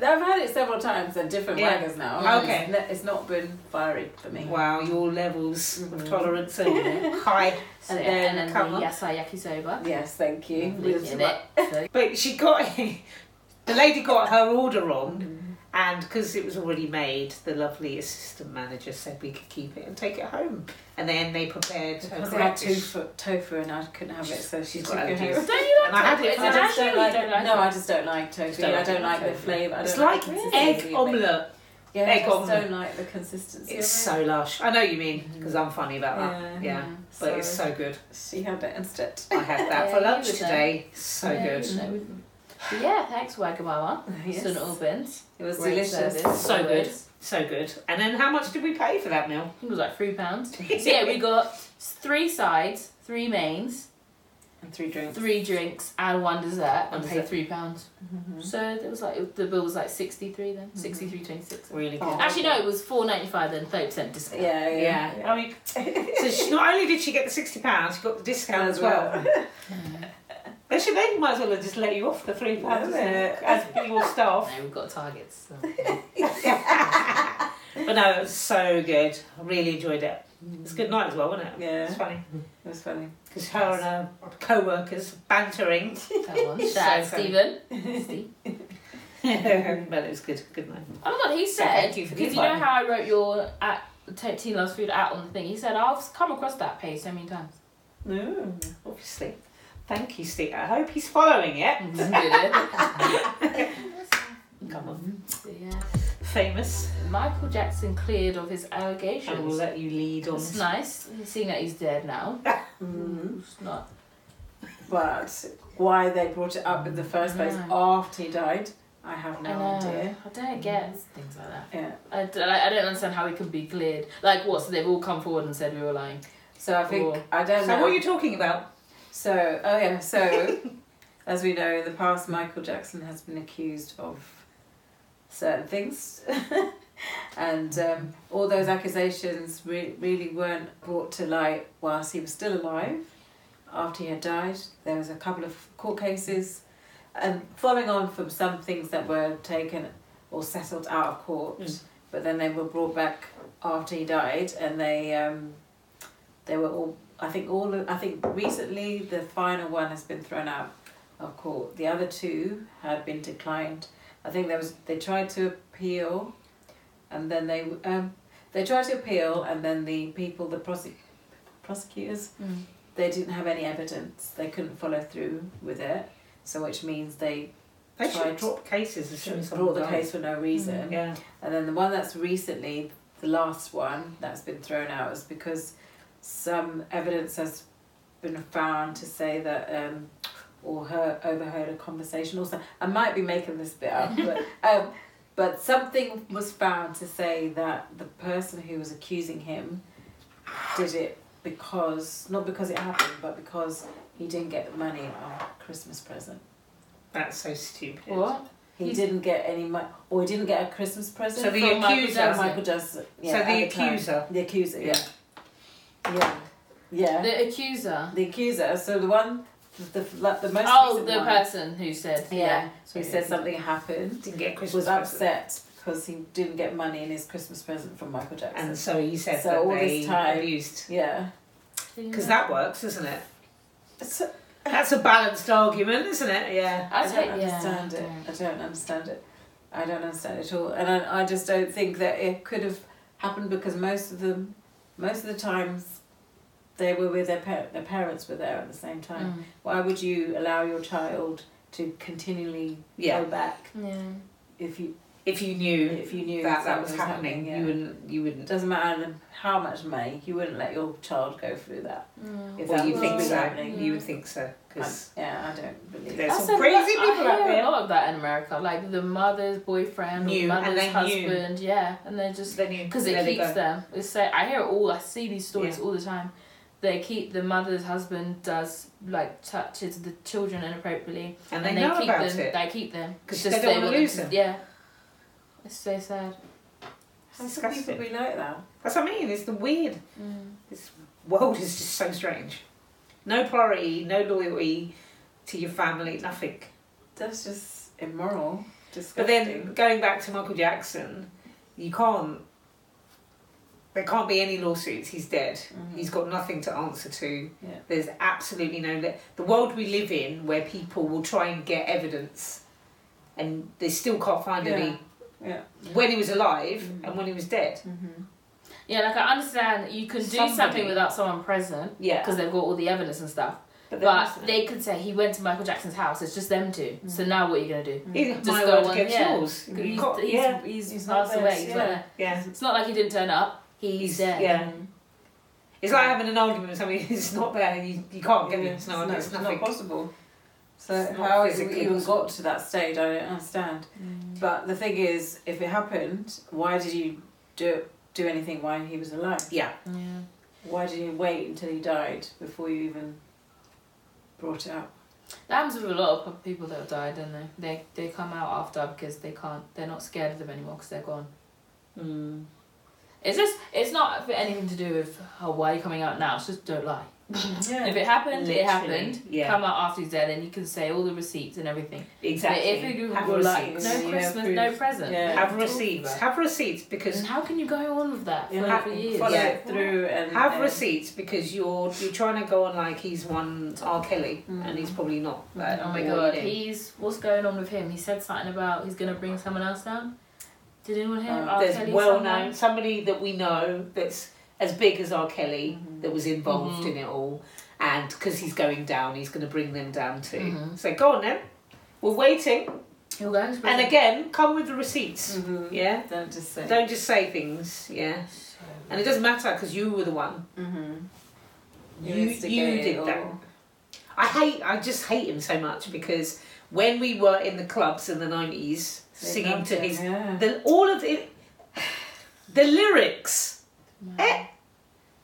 I've had it several times at different Yeah. wagons now. Mm. It's ne- It's not been fiery for me. wow, your levels of Mhm. tolerance are high. So, And yeah, then and then come the on. yasai yakisoba. Yes, thank you. Lovely, With- isn't it? So- But she got the lady got her order Mm-hmm. wrong, and because it was already made, the lovely assistant manager said we could keep it and take it home. And then they prepared her Because I had crayfish. tofu, tofu and I couldn't have it, so she She's took got it allergies. home. Don't you And I like had tofu? it Is for- I it just actually don't you like. don't like no, it? I just don't like tofu. Just don't I like don't it, like the tofu. flavour. I It's don't like the consistency egg of it. omelette. Yeah, egg I just omelette. don't like the consistency. It's of it. so lush. I know you mean because I'm funny about that. Yeah. Mm-hmm. Yeah, Mm. but it's so good. She had it instead. I had Yeah, that for you lunch would know. today. So Yeah, good. you know. But Yeah, thanks, Wagamama. Yes. St. Albans. It was "Oh, Great delicious. service. So good. Always. So good. And then how much did we pay for that meal? I think it was like three pounds. So yeah, we got three sides, three mains, And three drinks. three drinks, and one dessert, One and paid dessert. Mm-hmm. three pounds. Mm-hmm. So it was like the bill was like sixty three then, sixty three twenty six. Really good. Oh. Actually, no, it was four ninety five then, thirty percent discount. Yeah, Yeah. I mean, so she, not only did she get the sixty pounds, she got the discount as As well. well. Mm. they should. They might as well have just let you off the three pounds Yeah. as your staff. No, we've got targets. So. But no, it was so good. I really enjoyed it. It's a good night as well, wasn't it? Yeah. It's funny It was funny. because her and her co-workers bantering. That one. So Dad, funny. Stephen. Steve. but it was good. Good night. Oh my god, he So said thank you because for you the know invite. how I wrote your at Te- Teen Loves Food out on the thing. He said I've come across that page so many times. No, Mm-hmm. obviously. Thank you, Steve. I hope he's following it. Mm-hmm. Come on. So, yeah. Famous. Michael Jackson cleared of his I will Oh, allegations. let you lead on. It's nice, seeing that he's dead now. It's not. Mm-hmm. But why they brought it up in the first place Mm. after he died, I have I no know. idea. Mm-hmm. I don't get things like that. Yeah. I, d- I- I don't understand how he can be cleared. Like, what? So they've all come forward and said we were lying. So I think Or- I don't So, know. what are you talking about? So, oh yeah, so as we know, in the past, Michael Jackson has been accused of certain things, and um, all those accusations re- really weren't brought to light whilst he was still alive. After he had died, there was a couple of court cases, and following on from some things that were taken or settled out of court, Mm. but then they were brought back after he died, and they um, they were all. I think all. I think recently the final one has been thrown out of court. The other two had been declined. I think there was they tried to appeal, and then they um, they tried to appeal, and then the people, the prosec- prosecutors, Mm. they didn't have any evidence. They couldn't follow through with it. So which means they They should tried- have dropped cases as soon as someone brought the died. case for no reason. Yeah. And then the one that's recently, the last one that's been thrown out is because some evidence has been found to say that um, or her overheard a conversation or something. I might be making this bit up, but um, but something was found to say that the person who was accusing him did it because not because it happened, but because he didn't get the money on Christmas present. That's so stupid. What? He He's- didn't get any money, or he didn't get a Christmas present. So the From Michael accuser. Yeah, Jackson. Michael Jackson. Yeah, so the at time. accuser. The accuser, yeah. Yeah. Yeah. The accuser. The, accuser, so the one, the, the, like, the most Oh, recent the one, person who said. Yeah. So who said something happened, Didn't get a was Christmas present. upset because he didn't get money in his Christmas present from Michael Jackson. And so he said So that all they this time- abused. yeah. Because that works, isn't it? So, That's a balanced argument, isn't it? Yeah. I, I take- don't yeah, understand I it. don't. I don't understand it. I don't understand it at all. And I, I just don't think that it could have happened because most of them, most of the times, they were with their par- their parents were there at the same time. Mm. Why would you allow your child to continually Yeah. go back Mm. Yeah. if you If you knew if you knew that that was something happening, yeah. you wouldn't. You it wouldn't. doesn't matter how much money, you wouldn't let your child go through that. Mm. If Well, that you was think what's so. Mm. happening. You would think so because I- yeah, I don't believe. There's That. some crazy I people out hear there. A lot of that in America, like the mother's boyfriend Knew, or and mother's they knew. husband. Yeah, and they just then you because there it they keeps go. them. It's say I hear it all. I see these stories all the time. They keep the mother's husband does like touches the children inappropriately, and they, know keep about them. it. They keep them 'Cause Just they don't wanna wouldn't- lose them. Yeah, it's so sad. How can Disgusting. people be like that? That's what I mean. It's the weird Mm. world is just so strange. No priority, no loyalty to your family, nothing. That's just immoral. But Disgusting. then going back to Michael Jackson, you can't. There can't be any lawsuits. He's dead. Mhm. He's got nothing to answer to. Yeah. There's absolutely no. li- The world we live in, where people will try and get evidence, and they still can't find any yeah. when he was alive Mhm. and when he was dead. Mm-hmm. Yeah, like I understand you can do Somebody. something without someone present Yeah, because they've got all the evidence and stuff. there But wasn't. they could say he went to Michael Jackson's house. It's just them two. So now what are you gonna do? Either Just my go word on, against yeah. yours. You He's, can't- he's, yeah, he's, He's not passed there, away. He's yeah. not there. yeah. It's not like he didn't turn up. He's, He's- there. yeah. Mm. It's like having an argument with somebody who's not there and you, you can't get it. It's, no, it's, nothing. not possible. So It's not how it physically even possible. got to that stage, I don't understand. But the thing is, if it happened, why did you do do anything while he was alive? yeah. Yeah. Why did you wait until he died before you even brought it up? That happens with a lot of people that have died, don't they? They they come out after because they can't. They're not scared of them anymore because they're gone. Mm. It's just it's not for anything to do with oh, why are you coming out now. It's just don't lie. Yeah. If it happened, Literally, it happened. yeah. Come out after he's dead, and you can say all the receipts and everything. Exactly. But if you have were like no receipts. Yeah, Christmas, proof. no Mm-hmm. present, Yeah. Have receipts. Have receipts because And how can you go on with that for, Yeah. for years? Follow Yeah. it through and have and- receipts because you're you're trying to go on like he's one R Kelly and he's probably not. But Oh my what god, do you do? he's what's going on with him? He said something about he's gonna bring someone else down. Did anyone hear? Um, R. There's Kelly well someone? known somebody that we know that's as big as R Kelly that was involved in it all, and because he's going down, he's going to bring them down too. Mhm. So go on then. We're waiting, He'll go into prison. and again, come with the receipts. Mhm. Yeah, Don't just say. don't just say things. Yeah, and it doesn't matter because you were the one. Mhm. Mm-hmm. You, you instigate it did that. all. I hate. I just hate him so much because when we were in the clubs in the nineties, They singing loved to him, his yeah. the all of it, the lyrics eh,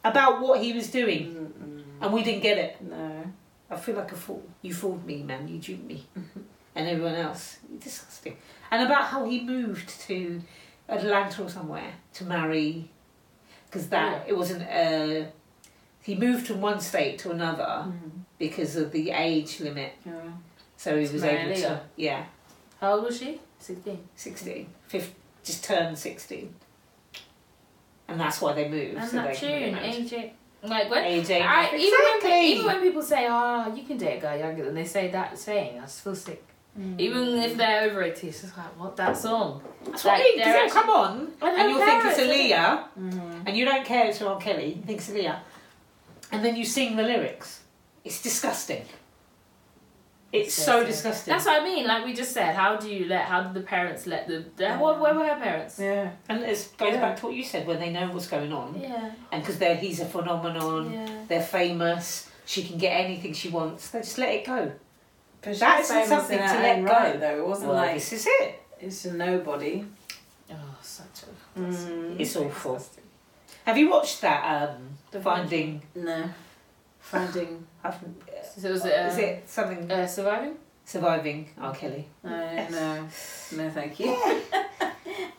about what he was doing, and we didn't get it. no. I feel like a fool. You fooled me, man. You duped me, and everyone else. Disgusting. And about how he moved to Atlanta or somewhere to marry, because that it wasn't. Uh, he moved from one state to another because of the age limit. Yeah. So he To was marry able to, Leah. yeah, How old was she? Sixteen. 16, fif- just turned 16. And that's why they moved. And so that they can tune, get married. AJ. Like when. Age eight. I, even, when, pe- Exactly. even when people say, "Oh, you can date a guy younger," and they say that saying, I just feel sick. Mm. Even if they're over eighty, it's just like, what that song? That's what I like, mean, 'cause they're it'll come on and her you'll think it's parents, isn't it? Aaliyah Mhm. and you don't care it's R. Kelly, you think it's Aaliyah. And then you sing the lyrics. It's disgusting. It's Yes, so yes. disgusting. That's what I mean. Like we just said, how do you let? How did the parents let the? the what? Where were her parents? Yeah. and it goes Yeah. back to what you said when they know what's going on, Yeah. and because they're he's a phenomenon, Yeah. they're famous. She can get anything she wants. They just let it go. But she That's was famous something in to her let own go. right, though. It wasn't Well, like this is it. it's a nobody. Oh, such a. Mm. It's awful. Have you watched that um, The Finding? No. Finding. I've- So was it? Uh, is it something uh, surviving? surviving R. Kelly? No, no, no, thank you.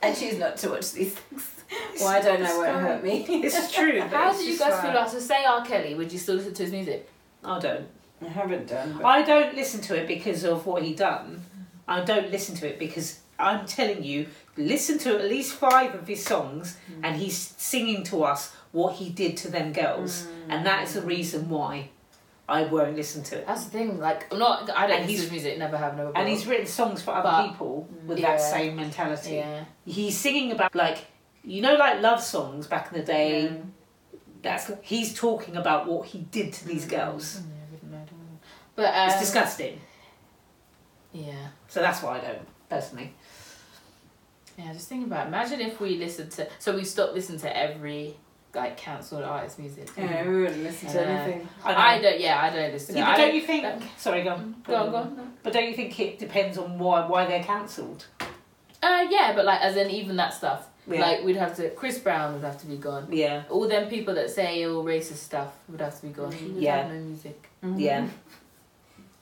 I choose not to watch these things. Well, I don't know where it hurt me. This is true. but How it's do you just guys like- feel after say R. Kelly? Would you still listen to his music? I don't. I haven't done. But I don't listen to it because of what he done. I don't listen to it because I'm telling you, listen to at least five of his songs, Mm. and he's singing to us what he did to them girls, Mm. Mm. and that is the reason why I won't listen to it. That's the thing. Like, I'm not. I don't listen to And he's- his music. Never have. Never. will. And he's written songs for other But- people with Yeah. that same mentality. Yeah. He's singing about like you know like love songs back in the day. That's he's talking about what he did to these Mm, yeah, girls. I wouldn't know, I don't know. But um, It's disgusting. Yeah. So that's why I don't personally. Yeah, just think about. It. Imagine if we listened to. So we stopped listening to every like cancelled artist music. Mm. yeah, we wouldn't listen to Yeah. anything. I know. I don't. Yeah, I don't listen. Yeah, I but don't you think? that- Mm, sorry, go on. Go on, go on. But don't you think it depends on why why they're cancelled? Uh, yeah, but like as in even that stuff. Yeah. Like we'd have to. Chris Brown would have to be gone. Yeah, All them people that say all racist stuff would have to be gone. He would Yeah. have no music. yeah. Mm.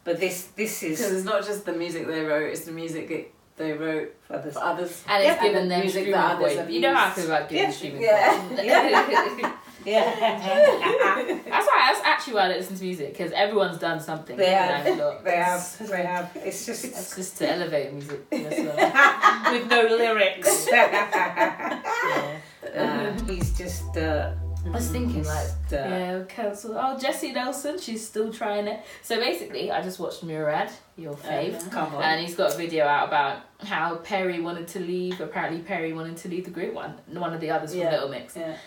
But this this Mm-hmm. Because is it's not just the music they wrote; it's the music that they wrote for for the others. And it's Yeah. given And them music music that streaming others point. have You know how I used. feel about giving Yeah. streaming Yeah. points. yeah. that's why. That's actually why I don't listen to music because everyone's done something. They that have. I've not. they have they have. It's just It's it's just to elevate music. That's all. with no lyrics. Yeah. Uh, he's just uh, I was thinking he's, like. uh, Yeah, cancel. Oh, Jessie Nelson, she's still trying it. So basically, I just watched Murad, your fave, come on. and he's got a video out about how Perry wanted to leave. Apparently, Perry wanted to leave the group. One, one of the others from Yeah. Little Mix, Yeah.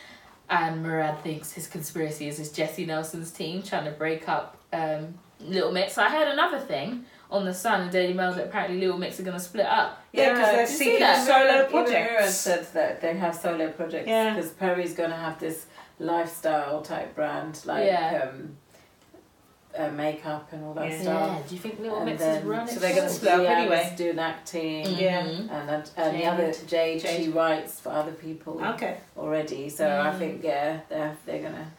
and Murad thinks his conspiracy is his Jessie Nelson's team trying to break up um, Little Mix. So I heard another thing on the Sun and Daily Mail that apparently Little Mix are gonna split up. yeah, because they're did you see seeking that? Even solo Mira- even Mira projects. said that they have solo projects Yeah. because Perry's going to have this lifestyle type brand like Yeah. um, uh, makeup and all that Yeah. stuff. Do you think Little And Mix then- is running? so they're gonna split up Leanne's anyway. Doing acting. Mhm. Yeah. And, and, and the other Jade, she Jade. writes for other people Okay. already, so I Mm. think yeah, they're they're gonna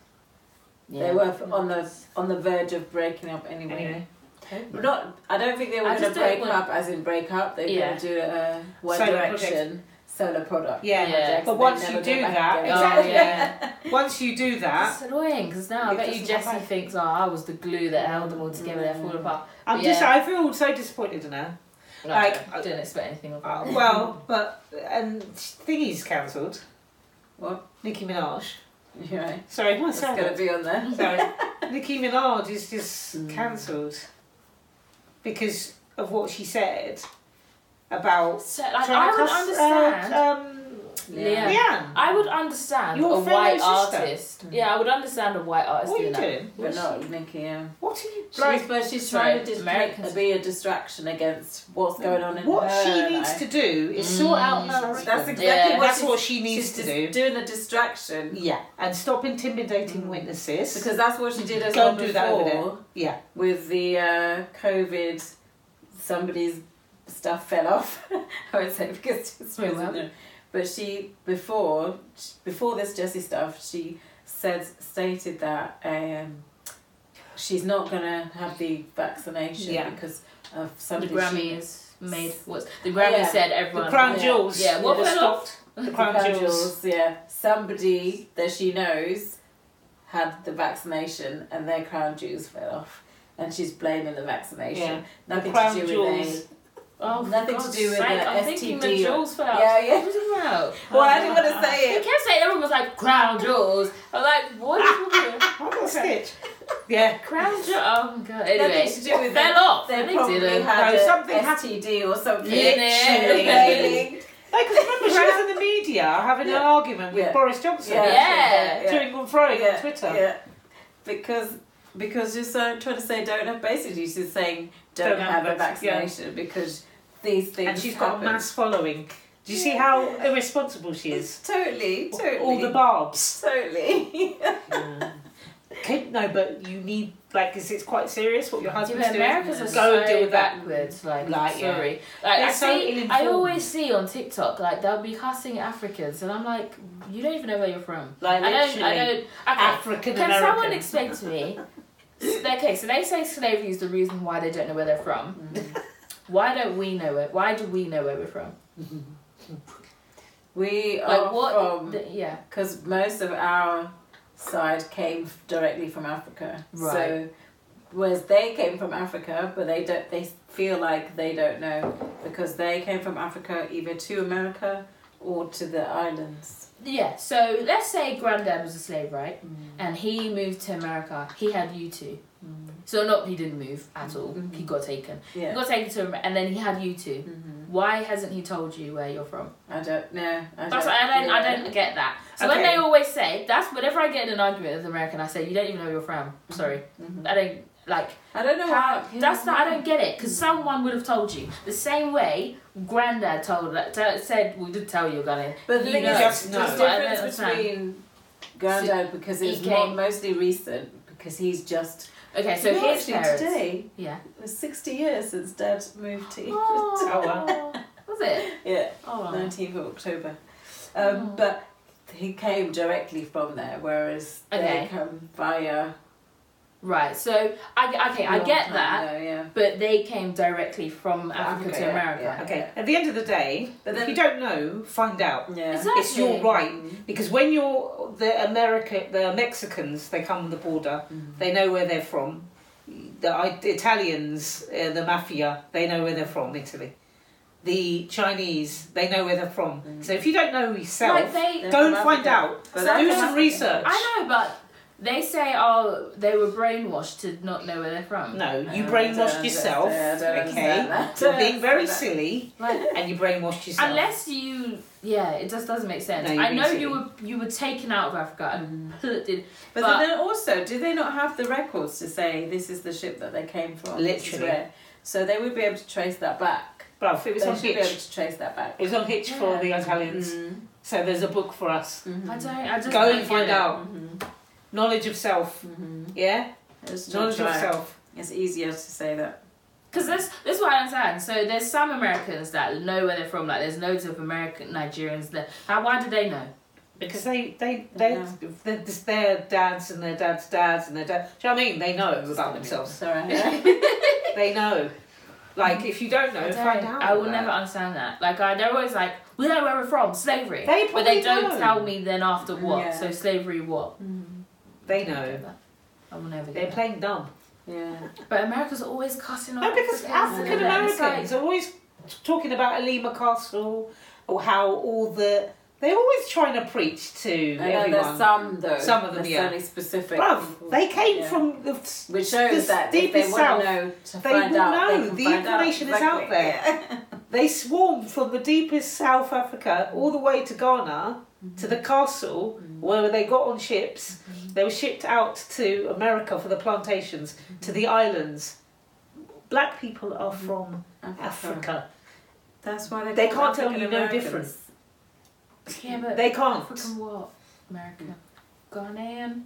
Yeah. they were on the on the verge of breaking up anyway. Anyway. But Not, I don't think they were I gonna just don't break want- up as in break up. They're Yeah. gonna do a One Solo Direction solo product. Yeah. Yeah. But They once never you go do back that, together. Oh, exactly. yeah. Once you do that, It's annoying because now I It bet you doesn't Jesse happen. thinks, oh, I was the glue that held them all together, they're Mm. falling apart. I'm But just yeah. I feel so disappointed in her. No, Like, I didn't expect anything of Uh, that. well, but and thingy's cancelled. What? Nicki Minaj. You're right. Sorry, my It's gonna sorry. be Mm. on there. Nicki Minaj is just cancelled because of what she said about. so, like, I trying to would cuss, understand. Uh, um, Yeah. Leanne. I would understand Your a fellow white sister. artist. Yeah, I would understand a white artist What are you doing that. doing? But not Nikki. Yeah. What are you She's, like? but she's Sorry, trying to dis- Americans- be a distraction against what's going on in What her she needs life. Mm. to do is sort out her. That's exactly Yeah. what, That's she's, what she needs she's to just Mm. do. Doing a distraction Yeah, and stop intimidating witnesses. because that's what she did as well Don't before do that over there. Yeah, with the uh, COVID. Somebody's stuff fell off. I would say because it's Wait, what? there. But she before before this Jessie stuff, she said stated that um, she's not gonna have the vaccination Yeah. because of The somebody she Grammys made what's the Grammys yeah. said the everyone. crown yeah. jewels. Yeah, what were fell stopped? The crown Crown jewels. Jewels, yeah. Somebody that she knows had the vaccination and their crown jewels fell off. And she's blaming the vaccination. Yeah. Nothing crown to do jewels. with Oh, for Nothing to God's do with sake, the I'm thinking the STD. jewels fell a. out. Yeah, What yeah. are you talking about? Well, I didn't want to He say it. kept saying everyone was like crown jewels. I'm like, what are you talking about? I've got a stitch. Yeah. Crown jewels. Oh my god. Anyway, Nothing to do with fell them. off. They and they probably didn't. had No, a something STD or something. Literally. Failing. Like, 'cause remember, she was in the media having an argument with Yeah. Boris Johnson. Yeah. Yeah. Yeah. Doing and throwing yeah, on Twitter. Yeah. Because because you're so, trying to say don't have basically she's saying don't, Don't have, have a vac- yeah. vaccination because these things and she's got a happen. mass following. Do you see how irresponsible she is? Totally, totally. All the barbs. Totally. Okay, no, but you need like, is it's quite serious what your Yeah, husband's but doing? Americans are Go so and deal with that. backwards. Like, Like, yeah. sorry. Like, I They're so see, I ill-informed. always see on TikTok like they'll be cussing Africans, and I'm like, you don't even know where you're from. Like I don't. I literally. don't. Okay, African Can American. someone explain to me? Okay, so they say slavery is the reason why they don't know where they're from. Mm-hmm. Why don't we know it? Why do we know where we're from? We Like are what? Um, from the- yeah. because most of our side came f- directly from Africa. So Right. whereas they came from Africa, but they don't. They feel like they don't know because they came from Africa either to America or to the islands. Yeah, so let's say granddad was a slave, right? Mm. And he moved to America. He had you two. Mm. So not he didn't move at all. Mm-hmm. He got taken. He Yeah, got taken to Amer- and then he had you 2 Why hasn't he told you where you're from? I don't know. I That's don't, why I don't I yeah. don't get that. So when Okay. they always say that's whenever I get in an argument with an American, I say you don't even know where you're from. Sorry, I don't like I don't know how. why- That's not. I don't get it because someone would have told you the same way. Granddad told like, t- said we did tell you about it. But the You thing know, is, just the know. difference I don't between Gandalf because it's He more, came- mostly recent because he's just. Okay, so No, his actually, parents. today Yeah. it was sixty years since Dad moved to Egypt. Oh. wow. Was it? yeah, Oh. wow. nineteenth of October. Um, But he came directly from there, whereas Okay. they come via. Right. So I okay. I long get time that, though, yeah. but they came directly from Africa, Africa, to yeah, America. yeah. Okay, at the end of the day, But if then- you don't know, find out. Yeah. Mm. Exactly. It's your right because when you're the America, the Mexicans, they come on the border. Mm-hmm. They know where they're from. The I, the Italians, uh, the mafia, they know where they're from. Italy. The Chinese, they know where they're from. Mm. So if you don't know yourself, Like they- They're don't from find Africa. out. But they're do from some Africa. research. I know, but they say oh they were brainwashed to not know where they're from. No, you I don't brainwashed understand yourself. that. I don't Okay, understand that. you're being very That- silly, Like and you brainwashed yourself. unless you yeah, it just doesn't make sense. No, you're I being know silly. you were you were taken out of Africa Mm. and put in But, But- then also, do they not have the records to say this is the ship that they came from? this is Literally. where? So they would be able to trace that back. Bruv, it was they on should be able Hitch. to trace that back. It was on Hitch for the Italians. Mm. So there's a book for us. I don't I just Go don't and get find it. out. Knowledge of self. Yeah? Mm-hmm. It's, to Knowledge of try. self. it's easier to say that. Because this, this is what I understand. So there's some Americans that know where they're from. Like there's loads of American Nigerians that. How, why do they know? Because they, they, they, Yeah. they're, just their dads and their dad's dads and their dad. Do you know what I mean? They know about themselves. Sorry. They know. Like, if you don't know, I, don't- find out. I will about never it. understand that. Like I, they're always like, we know where we're from, slavery. They but they probably don't know. tell me then after what. Yeah. So slavery what? They I know. get that. I will never They're get that. playing dumb. yeah. But America's always cussing on No, Oh, because Africans, African isn't it? It's like- Americans are always talking about Alima Castle or how all the. They're always trying to preach to I know everyone. there's some though. Some of them, there's yeah. only specific. people. Bruv, they came Yeah. from the s- Which the shows that if they deepest want south. to know to they find will out, know. They can The find out. information is out Exactly. there. They swarm from the deepest South Africa all the way to Ghana to Mm-hmm. the castle where they got on ships. They were shipped out to America for the plantations to the Mm-hmm. islands. Black people are from Africa. That's why they They call can't tell you no African-Americans. difference. Yeah, but They can't. African what? American, Ghanaian,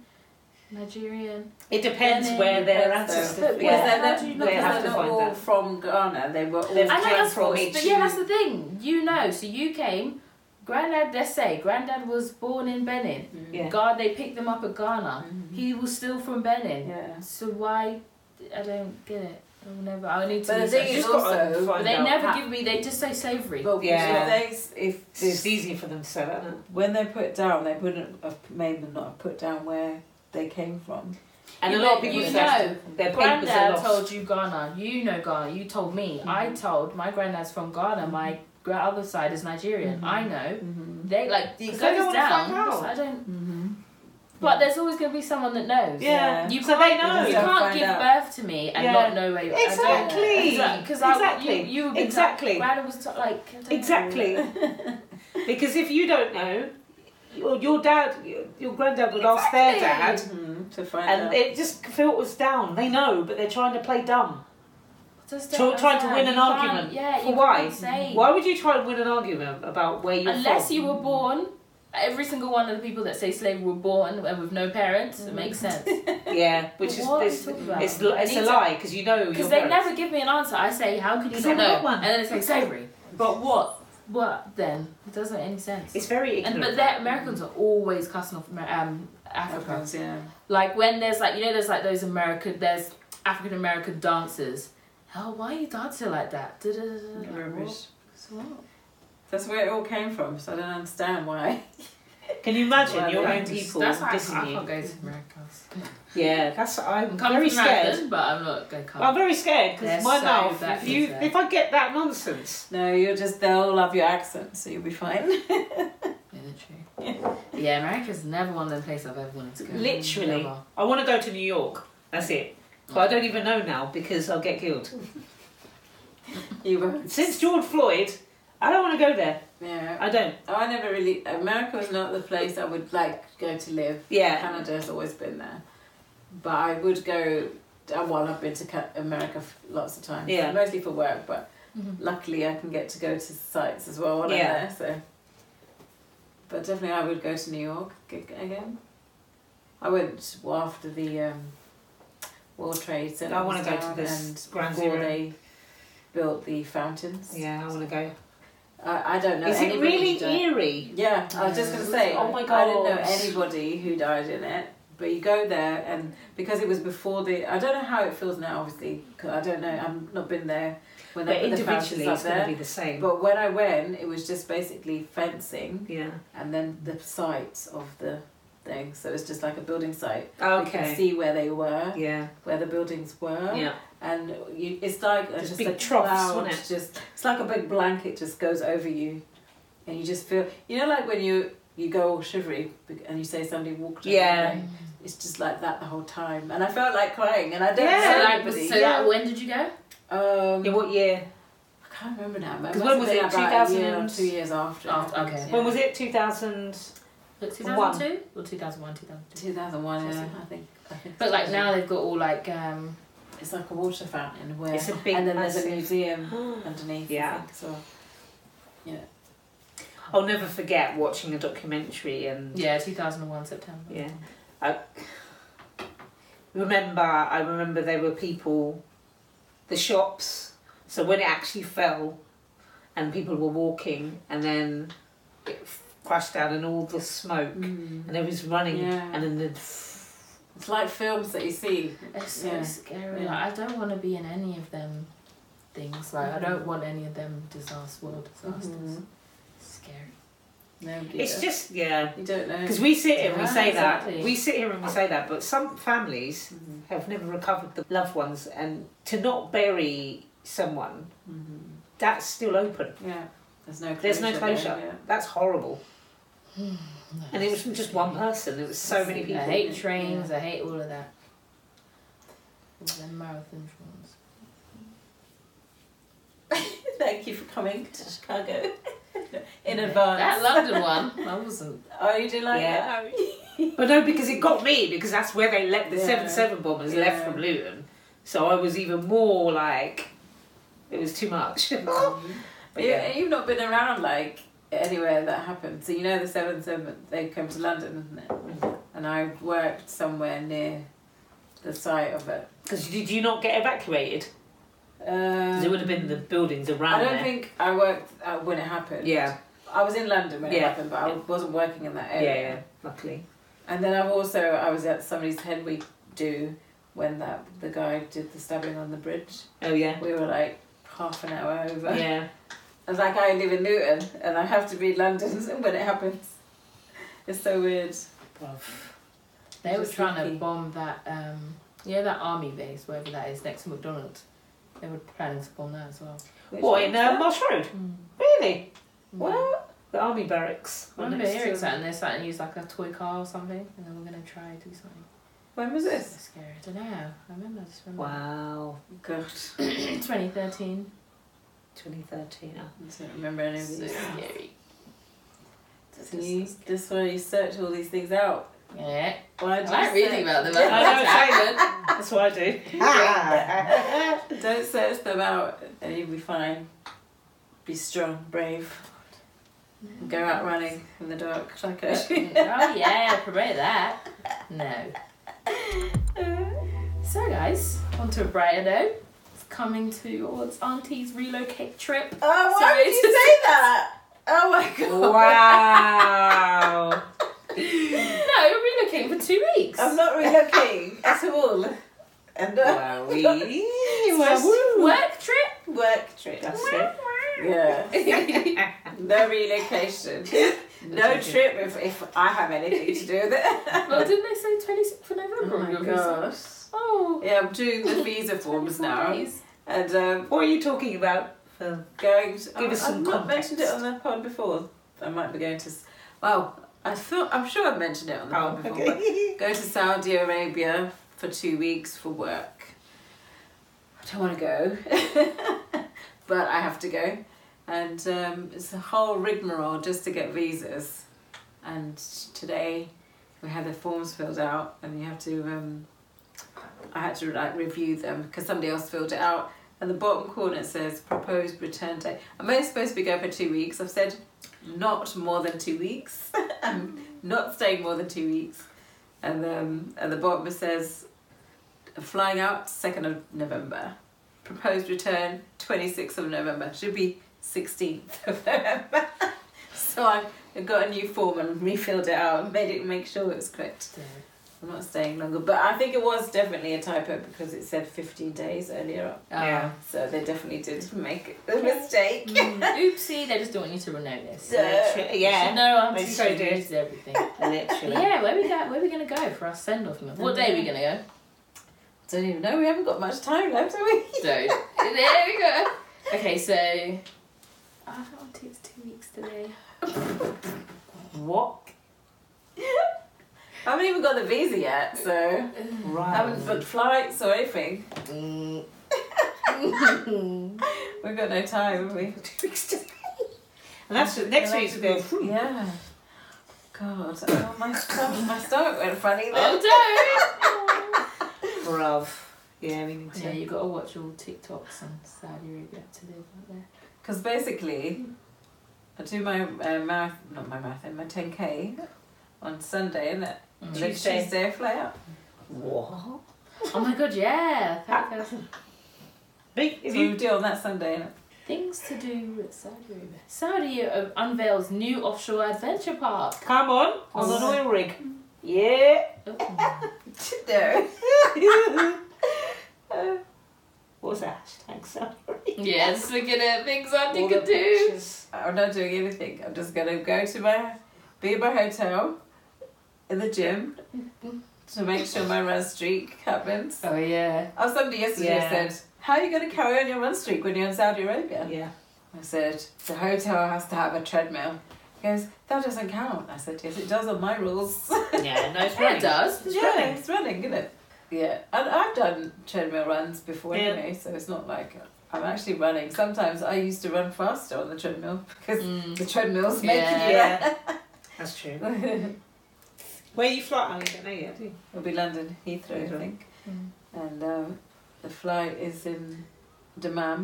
Nigerian. It depends Then where their depends, though. ancestors. But Because Yeah. Yeah. they're, How do you they're, because they're know that? They have not to find all that. from Ghana. They were all They've I know Came that's from false, but each- yeah, that's the thing. You know, so you came. Granddad, let's say, Granddad was born in Benin. Yeah. Mm-hmm. God, they picked them up at Ghana. He was still from Benin. Yeah. So why? I don't get it. I'll never. I need to. But the research thing this. is just gotta also, find they out. never how- give me. They just say slavery. But Yeah. if they if It's just this, easy for them to say that. isn't it? when they put down, they wouldn't have made them not have put down where they came from. And You a lot know- of people you say know, their papers are Granddad lost. told you Ghana. You know Ghana. You told me. I told my granddad's from Ghana. My gra- other side is Nigerian. I know. Mm-hmm. They like it goes Because they don't wanna down. find out. I don't. Mm-hmm. But there's always going to be someone that knows. Yeah. You So can't, they know. you They'll can't find give out. birth to me and Yeah. not know where you are. Exactly. Because Exactly. you, you would be Exactly. Like, Ryder was t- like. I don't know. Exactly. because if you don't know, your, your dad, your granddad would ask their dad, Mhm, to find and out. it just filters down. They know, but they're trying to play dumb. Just Try- don't trying to win understand. an You can't- argument. Yeah, For you why? can't say. Why would you try to win an argument about where you're Unless from? you were born, every single one of the people that say slavery were born and with no parents, it makes sense. Yeah, which is What are you this. talking about? It's it's Need a to- lie because you know your Because they parents. never give me an answer. I say, how could you 'Cause not they know? want one. And then it's like slavery. But what? What then? It doesn't make any sense. It's very ignorant. and but that Americans are always cussing off Amer- um, Africa. Africans, yeah. Like when there's like you know there's like those American there's African American dancers. Hell, why are you dancing like that? Da-da-da-da-da. Rubbish. So what? That's where it all came from, so I don't understand why. Can you imagine Well, your yeah, own just- people That's why I, dissing I you? can't go to Americas. Yeah, that's I'm I'm coming very from America, scared. but I'm not going to come. I'm very scared They're because my so mouth. bad If you with that. if I get that nonsense, No, you're just, they'll love your accent, so you'll be fine. Yeah, true. yeah, America's never one of the places I've ever wanted to go. literally, Never. I want to go to New York. That's it. But I don't even know now because I'll get killed. You were. Since George Floyd, I don't want to go there. Yeah. I don't. Oh, I never really. America was not the place I would like to go to live. Yeah, Canada's always been there, but I would go. uh, Well, I've been to Ca- America f- lots of times. Yeah. Mostly for work, but Mm-hmm. Mhm. luckily I can get to go to sites as well when Yeah. I'm there. So, but definitely I would go to New York ag- again. I went well, after the um, World Trade Center. I want was to go to down this Grand before Zero. they built the fountains. Yeah, I want to go. I, I don't know. Is it anybody really who died. eerie? Yeah, I was just gonna say. Oh my I didn't know gosh. anybody who died in it, but you go there and because it was before the. I don't know how it feels now, obviously, 'cause I don't know. I've not been there when But they put the individually, fountains up it's going to there. be the same. But when I went, it was just basically fencing yeah. and then the sites of the thing. So it's just like a building site. You can Okay. see where they were, Yeah. where the buildings were, Yeah. and you, it's like Just it's just big a troughs, cloud, wasn't it? Just it's like a big blanket just goes over you, and you just feel you know like when you you go all shivery bec- and you say somebody walked. over Yeah. you, it's just like that the whole time, and I felt like crying, and I don't Yeah. So, know like, anybody. so yeah. like, when did you go? um, Yeah. What year? I can't remember now. but 'Cause must have when was been it, About a 2000? year or two years after. After, okay. When was it? Two thousand. Like One. 2002 or 2001, 2002. Two thousand one, yeah, Something. I think. I think But like now they've got all like um it's like a water fountain where, It's a big, and then there's a massive- museum underneath. Yeah. I think, so I'll never forget watching a documentary and yeah 2001 September. yeah. I remember, I remember there were people, the shops. So when it actually fell, and people were walking, and then it f- crashed down, and all the smoke, and there was running, Mm. Yeah. and then the it's like films that you see. It's so Yeah. scary. Yeah. Like, I don't want to be in any of them things. Like I Mm-hmm. don't want any of them disaster world disasters. Mhm. Scary. Nobody it's does. just yeah. you don't know. Because we sit here and we Yeah, say exactly. that, we sit here and we say that, but some families Mm-hmm. have never recovered the loved ones, and to not bury someone, that's still open. Mm-hmm. Yeah, there's no closure. There's no closure. there, That's horrible. No, And it was it's from just scary. one person. It was so many I people. hate trains. I hate all of that. All them marathon trains. yeah. Thank you for coming to Chicago in Yeah. advance. That London one, I wasn't. oh, you do like Yeah. that? uh, But no, because it got me because that's where they let the Yeah. seven seven bombers left Yeah. from Luton. So I was even more like, it was too much. but But you, yeah, you've not been around like anywhere that happened, so you know the seventh seventh they came to London, isn't it? Mm-hmm. And I worked somewhere near the site of it. because did you not get evacuated? Um, Because it would have been the buildings around I don't there. think I worked uh, when it happened. yeah, I was in London when it Yeah. happened, but I wasn't working in that yeah, area. yeah. Luckily. And then I've also I was at somebody's head we do when that the guy did the stabbing on the bridge. Oh yeah. We were like half an hour over. Yeah. I was like I live in Newton and I have to be in London when it happens. It's so weird. They were Just trying to lucky. bomb that. Um, yeah, that army base, wherever that is, next to McDonald's. They were planning to bomb that as well. Mm. Which What one in was uh, that? Marsh Road? Really? Hmm. What? The army barracks. I were remember next to- hearing that, and they're starting to use like a toy car or something, and they were gonna try to do something. When was this? So scary. I don't know. I remember. I just remember. Wow. God, 2013. 2013. huh? I don't remember any of So these. scary. See, this is why you search all these things out. Yeah. Well, I I just like reading said- about them. I know, That's same. happened. That's what I do. Ah. Don't search them out, and you'll be fine. Be strong, brave. Go out running in the dark, like a. oh yeah, promote that. No. So guys, on to a brighter note. It's coming towards Auntie's relocate trip. Oh, why would you say that? Oh my wow. No, we're relocating for two weeks. not relocating at all. And uh, Wowee. Just Wowoo. Work trip. work trip. That's it. Yeah. No relocation. No okay. Oh trip if, if I have anything to do with it. well, Oh, didn't they say twenty sixth of November? Oh my Your visa? gosh. Oh. Yeah, I'm doing the visa forms 24 now. days. And um, What are you talking about, Phil? going to. Give us I've some not context. mentioned it on the pod before. I might be going to. s- Well, I thought, I'm sure I've mentioned it on the pod before. but go to Saudi Arabia for two weeks for work. I don't want to go, but I have to go, and um, it's a whole rigmarole just to get visas. And today we had the forms filled out, and you have to. Um, I had to like review them because somebody else filled it out. And the bottom corner it says proposed return date. I'm only supposed to be going for two weeks. I've said not more than two weeks. I'm not staying more than two weeks. And then at the bottom it says, flying out 2nd of November. Proposed return 26th of November. Should be 16th of November. so I I got a new form and refilled it out and made it make sure it was correct. I'm not staying longer. But I think it was definitely a typo because it said 15 days earlier on. Yeah. So they definitely did make a mistake. Ah. Mm, oopsie, they just don't want you to notice. Yeah. Literally, yeah. No, I'm They too so sure do. it's everything. Literally. yeah, where we go? Where we gonna go for our send off? What day are we gonna go? Don't even know. We haven't got much time left, have we? So there we go. Okay, so I don't think it's two weeks today. What? I haven't even got the visa yet, so. I Right. haven't booked flights or anything. Mm. We've got no time, have we? And that's next week's going. hmm. Yeah. God, oh, my stomach, my stomach went funny then. Oh Bruv. Yeah, we need don't! yeah, you gotta watch all TikToks on Saudi Arabia to live out there. Because basically, I do my uh, marath not my marathon, my 10k on Sunday, isn't it? And Mm. then Mm. Tuesday. Tuesday I fly out. What? Oh my god, yeah! 30,000 Big, So if we you, do on that Sunday, innit? Things to do with Saudi Arabia. Saudi uh, unveils new offshore adventure park. come on, on an oil rig. Yeah. Oh. No. Uh, What was that hashtag? Sorry. yes, we're gonna things Saudi All could the do. pictures. I'm not doing anything. I'm just gonna go to my be in my hotel in the gym to make sure my run streak happens. Oh yeah. Oh, somebody yesterday Yeah. said, "How are you going to carry on your run streak when you're in Saudi Arabia?" Yeah. I said, "The hotel has to have a treadmill." He goes, "That doesn't count." I said, "Yes, it does on my rules." Yeah, no, it's Yeah, it does. yeah, it's running, isn't it? Yeah, and I've done treadmill runs before Yeah. anyway, so it's not like I'm actually running. Sometimes I used to run faster on the treadmill because Mm. the treadmill's Yeah. making That's true. you run. Where you fly? I don't know yet, do you? It'll be London Heathrow, I Heathrow. think, Mm. and um, the flight is in Dammam,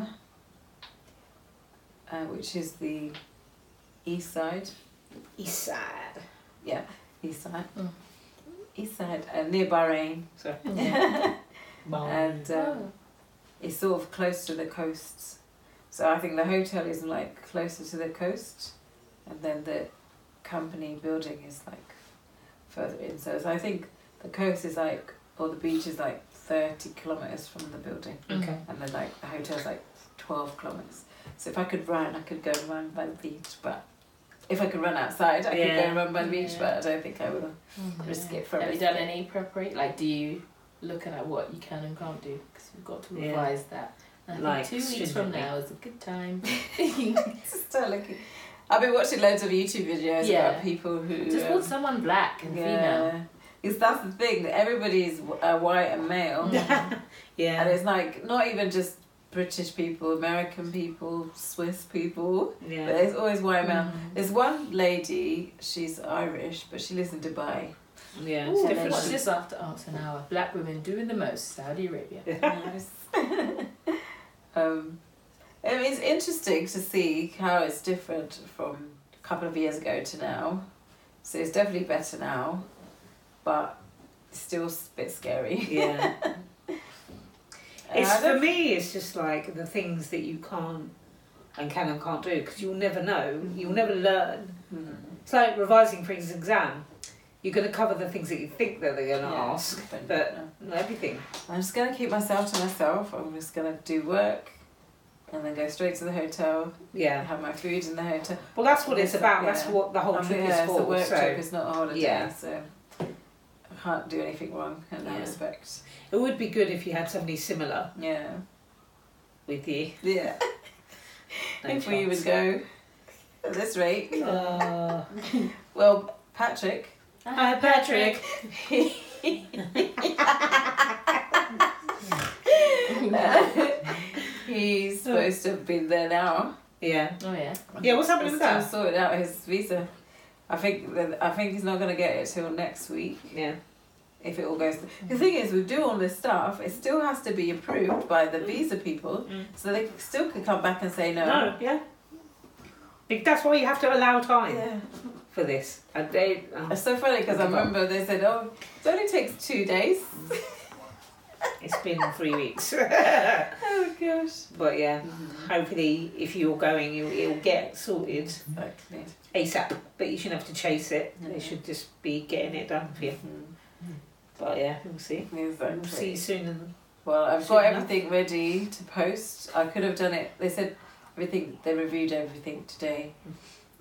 uh, which is the east side, East side. east side, Mm. east side, uh, near Bahrain, Sorry. and Oh. um, it's sort of close to the coasts. So I think the hotel is like closer to the coast, and then the company building is like further in. So, so I think the coast is like, or the beach is like thirty kilometers from the building. Mm. Okay. and then like the hotel's like 12 kilometers so if i could run i could go and run by the beach but if i could run outside i could go Yeah. and run by the beach Yeah. but i don't think i will Mm. risk it for a Have you risk done it. any preparation? Like, do you looking at what you can and can't do? Because we've got to Yeah. revise that. And I Like, think two weeks from stringently. now is a good time. still looking i've been watching loads of youtube videos Yeah. about people who Just um, want someone black and female. yeah because that's the thing that everybody's uh, white and Oh. male and Yeah. it's like not even just british people american people swiss people but Yeah. it's always white male Mm. There's one lady, she's Irish, but she lives in Dubai. Yeah, Ooh, it's and then different. what's this after? Oh, it's an hour. Black women doing the most. Saudi Arabia. Nice. um, I mean, it's interesting to see how it's different from a couple of years ago to now. So it's definitely better now, but still a bit scary. Yeah, And it's I for don't- me. It's just like the things that you can't and can and can't do because you'll never know. You'll never learn. Hmm, It's like revising for an exam. You're going to cover the things that you think that they're going to yeah, ask, don't but know. not everything. I'm just gonna keep myself to myself. I'm just gonna do work, and then go straight to the hotel. Yeah. Have my food in the hotel. Well, that's what it's about. That's Yeah. what the whole Um, trip yeah, is it's a for. work So trip. It's not a holiday, Yeah. so I can't do anything wrong in that Yeah. respect. it would be good if you had somebody similar Yeah. with you. Yeah. No if we would go at this rate. chance. Uh, Well, Patrick. hi, Patrick. He's supposed to have been there now. Yeah. Oh yeah. Oh. Yeah. What's happening He's with still that? sorted out his visa. I think that, I think he's not gonna get it till next week Yeah. if it all goes. The thing is, we do all this stuff. It still has to be approved by the visa people, Mm. so they still could come back and say no. No. Yeah. Be- That's why you have to allow time Yeah. for this. And they, uh, It's so funny because I remember they said, "Oh, it only takes two days." it's been three weeks. Oh gosh. But yeah, hopefully, if you're going, you'll, it'll get sorted Exactly. ASAP. But you shouldn't have to chase it. They Mhm. should just be getting it done for you. But yeah, we'll see. Exactly. We'll see you soon. And Well, I've Soon got enough. everything ready to post. I could have done it. They said everything. They reviewed everything today,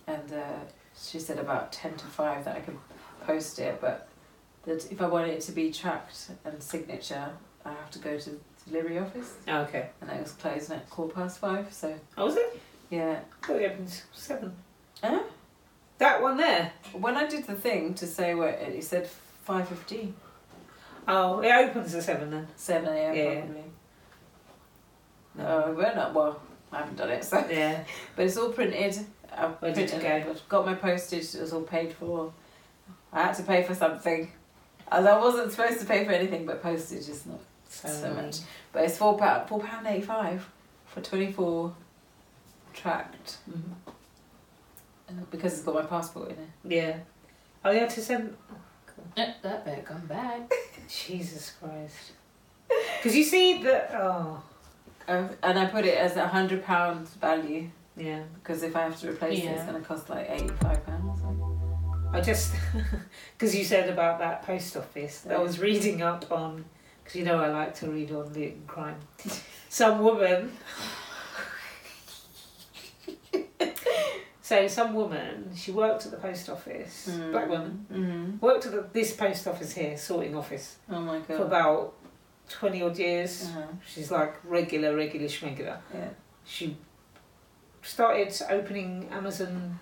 and uh, she said about ten to five that I could post it. But that if I want it to be tracked and signature, I have to go to the delivery office, oh, okay. and it was closed at quarter past five. So Oh, was it? yeah. I thought it opened s- seven. Huh? That one there. When I did the thing to say what it said, five fifteen, Oh, it opens at seven then. seven a.m. Yeah. probably. Oh. Uh, we're not well. I haven't done it so. Yeah. But it's all printed. I've Where did printed it it. I've got my postage, it was all paid for. I had to pay for something. As I wasn't supposed to pay for anything but postage is not So, so much. But it's four pound four pound eighty five for twenty four tracked. Mhm. uh, Because it's got my passport in it. Yeah. Oh, they had to send. Eh, That better come back. Jesus Christ. Because you see the. Oh, Uh, and I put it as a hundred pound value yeah. because if I have to replace it, it's Yeah. going to cost like eighty five pounds. I just because you said about that post office, I was reading up on because you know I like to read on the crime. Some woman. so some woman, she worked at the post office. Hmm. Black woman Mm. worked at the, this post office here, sorting office, Oh my god. for about twenty odd years. uh She's like regular, regular, schmegular. Yeah. She started opening Amazon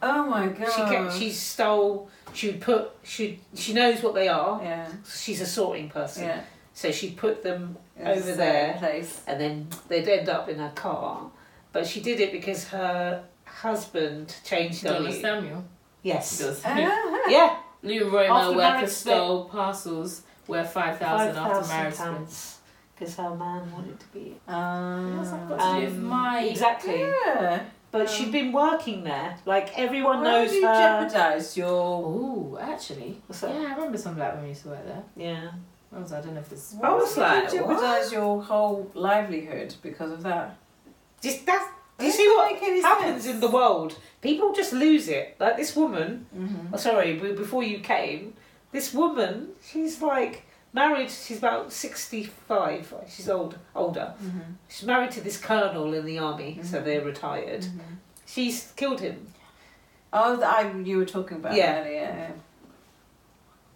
Oh my god. She kept, she stole. She would put. She she knows what they are. Yeah. She's a sorting person, Yeah. so she put them, It's Over the there. same Place. and then they'd end up in her car. But she did it because her husband changed the Donna lead. Samuel. Yes. Does. Uh-huh. Yeah. Leroy After Mel marriage, worker they- stole parcels worth five thousand after marriage. split. Because her man wanted to be. What's that Um, got to do with Um, my Exactly. yeah. But she'd been working there. Like everyone Why knows would you her. jeopardise your? Oh, actually, What's that? yeah, I remember some black women used to work there. Yeah. I was- I don't know if this. Why was would like, you what? jeopardise your whole livelihood because of that? Just that's. Do you That see doesn't what make any happens sense. in the world? People just lose it. Like this woman, Mm-hmm. Oh, sorry, b- before you came, this woman, she's like married, she's about 65, she's old, older. Mm-hmm. She's married to this colonel in the army, so they're retired. She's killed him. Mm-hmm. Oh, that I you were talking about Yeah. earlier.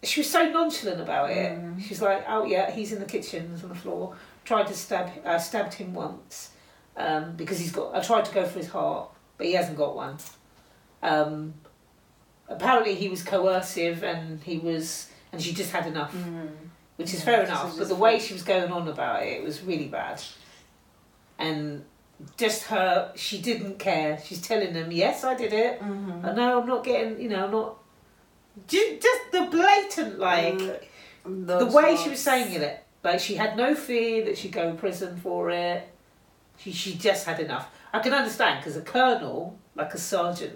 She was so nonchalant about it. Mm. She's like, oh yeah, he's in the kitchen, he's on the floor. Tried to stab, uh, stabbed him once um, because he's got, I tried to go for his heart, but he hasn't got one. Um, apparently he was coercive and he was, and she just had enough. Mm. which is Yeah, fair so enough. But just the way like- she was going on about it, it was really bad. And just her, she didn't care. She's telling them, "Yes, I did it. Mm-hmm. I know I'm not getting, you know, I'm not Ju- Just the blatant, like, Mm. uh, the way she was saying it. Like, she had no fear that she'd go in prison for it. She, she just had enough. I can understand, because a colonel, like a sergeant,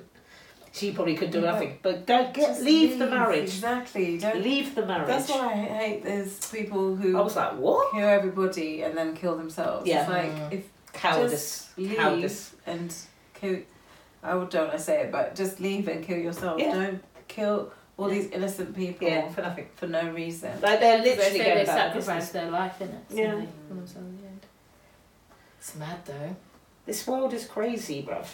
she probably could do Yeah. nothing. But don't get, leave, the marriage. Exactly. Don't. Leave the marriage. That's why I hate those people I who was like, what? kill everybody and then kill themselves. Yeah. It's like Mm. if Cowardice. leave Cowardice. and kill. I would don't I say it, but just leave and kill yourself. Yeah. Don't kill all these innocent people Yeah, for nothing. for no reason. Like, they're They literally say going they about their sacrifice business. their life in it. Yeah. It's mad though. This world is crazy, bruv.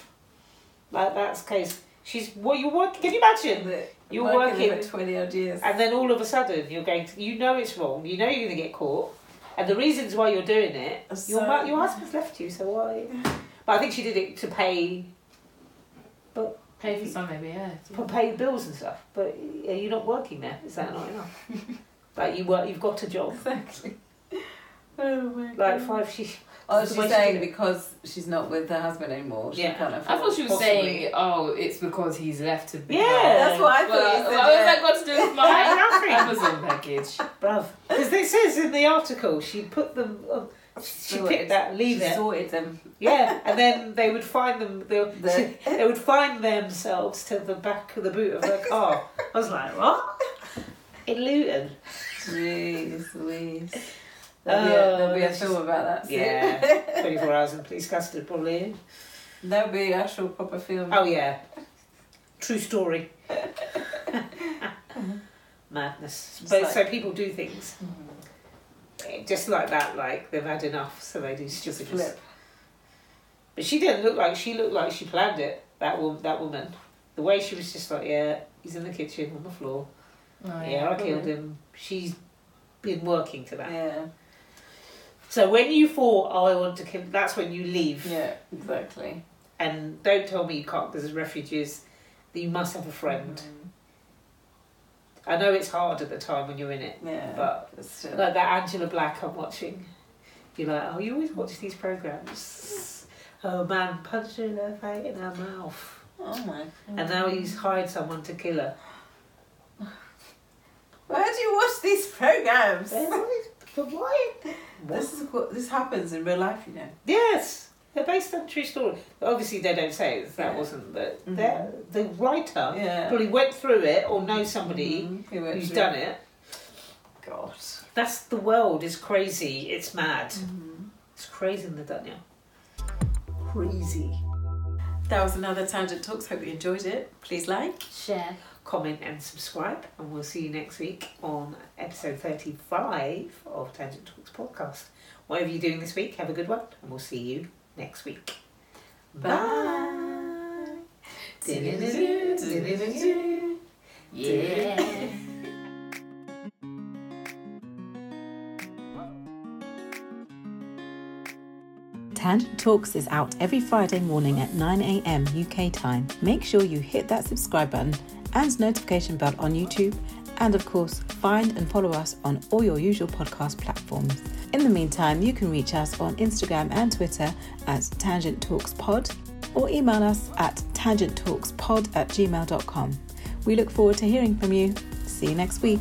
Like, that's case. She's, what you work, can you imagine? You're working working for twenty odd years. And then all of a sudden, you're going to, you know it's wrong, you know you're going to get caught, and the reasons why you're doing it, your, So- ma- your husband's left you, so why? But I think she did it to pay Pay for some maybe, yeah. for pay bills and stuff. But are you not working there? Is that not enough? like you work, you've got a job. Exactly. Oh my Like God. five, she Oh, That's the she's way she saying did because she's not with her husband anymore. She Yeah. can't afford I thought she was possibly. saying, oh, it's because he's left to be. Yeah. That's what I Well, thought. you well, said, what has yeah. that got to do with my Nothing, Amazon package? bruv. Because this says in the article, she put them. Uh, she Sorted. picked that leave she it. sorted them. Yeah, and then they would find them. They, The- they would find themselves to the back of the boot of their car. I was like, what? In Luton. Jeez Louise. There'll, be a, there'll be a that's film just- about that. soon. Uh, Yeah, twenty four hours in police custody probably. There'll be an actual proper film. Oh yeah, true story. Madness. Just But like- so people do things eh, just like that. Like they've had enough, so they do Just stupid. flip. But she didn't look like she looked like she planned it. That woman, that woman, the way she was just like, yeah, he's in the kitchen on the floor. Oh, yeah, I killed him. She's been working to that. Yeah. So when you thought, oh, I want to kill, that's when you leave. Yeah. Exactly. And don't tell me you can't because there's refugees. You must have a friend. I know it's hard at the time when you're in it, Mm-hmm. Yeah. but But still. like that Angela Black I'm watching, you're like, oh, you always watch these programs. Oh man, punched her in her face in her mouth. oh my. And now he's hired someone to kill her. Where do you watch these programs? They're always- But why? This is what this happens in real life, you know. Yes, they're based on true story. Obviously, they don't say it, that wasn't, but they're- the writer Mm-hmm. Yeah. probably went through it or knows somebody Mhm. He went who's through- done it. God. That's the world. It's crazy. It's mad. Mm-hmm. It's crazy in the dunya. Crazy. That was another Tangent Talks. Hope you enjoyed it. Please like. Share. Comment and subscribe, and we'll see you next week on episode 35 of Tangent Talks podcast. Whatever you're doing this week, have a good one, and we'll see you next week. Bye. Yeah. Tangent Talks is out every Friday morning at 9am UK time. Make sure you hit that subscribe button and notification bell on YouTube, and of course, find and follow us on all your usual podcast platforms. In the meantime, you can reach us on Instagram and Twitter at Tangent Talks Pod or email us at tangenttalkspod at gmail.com. We look forward to hearing from you. See you next week.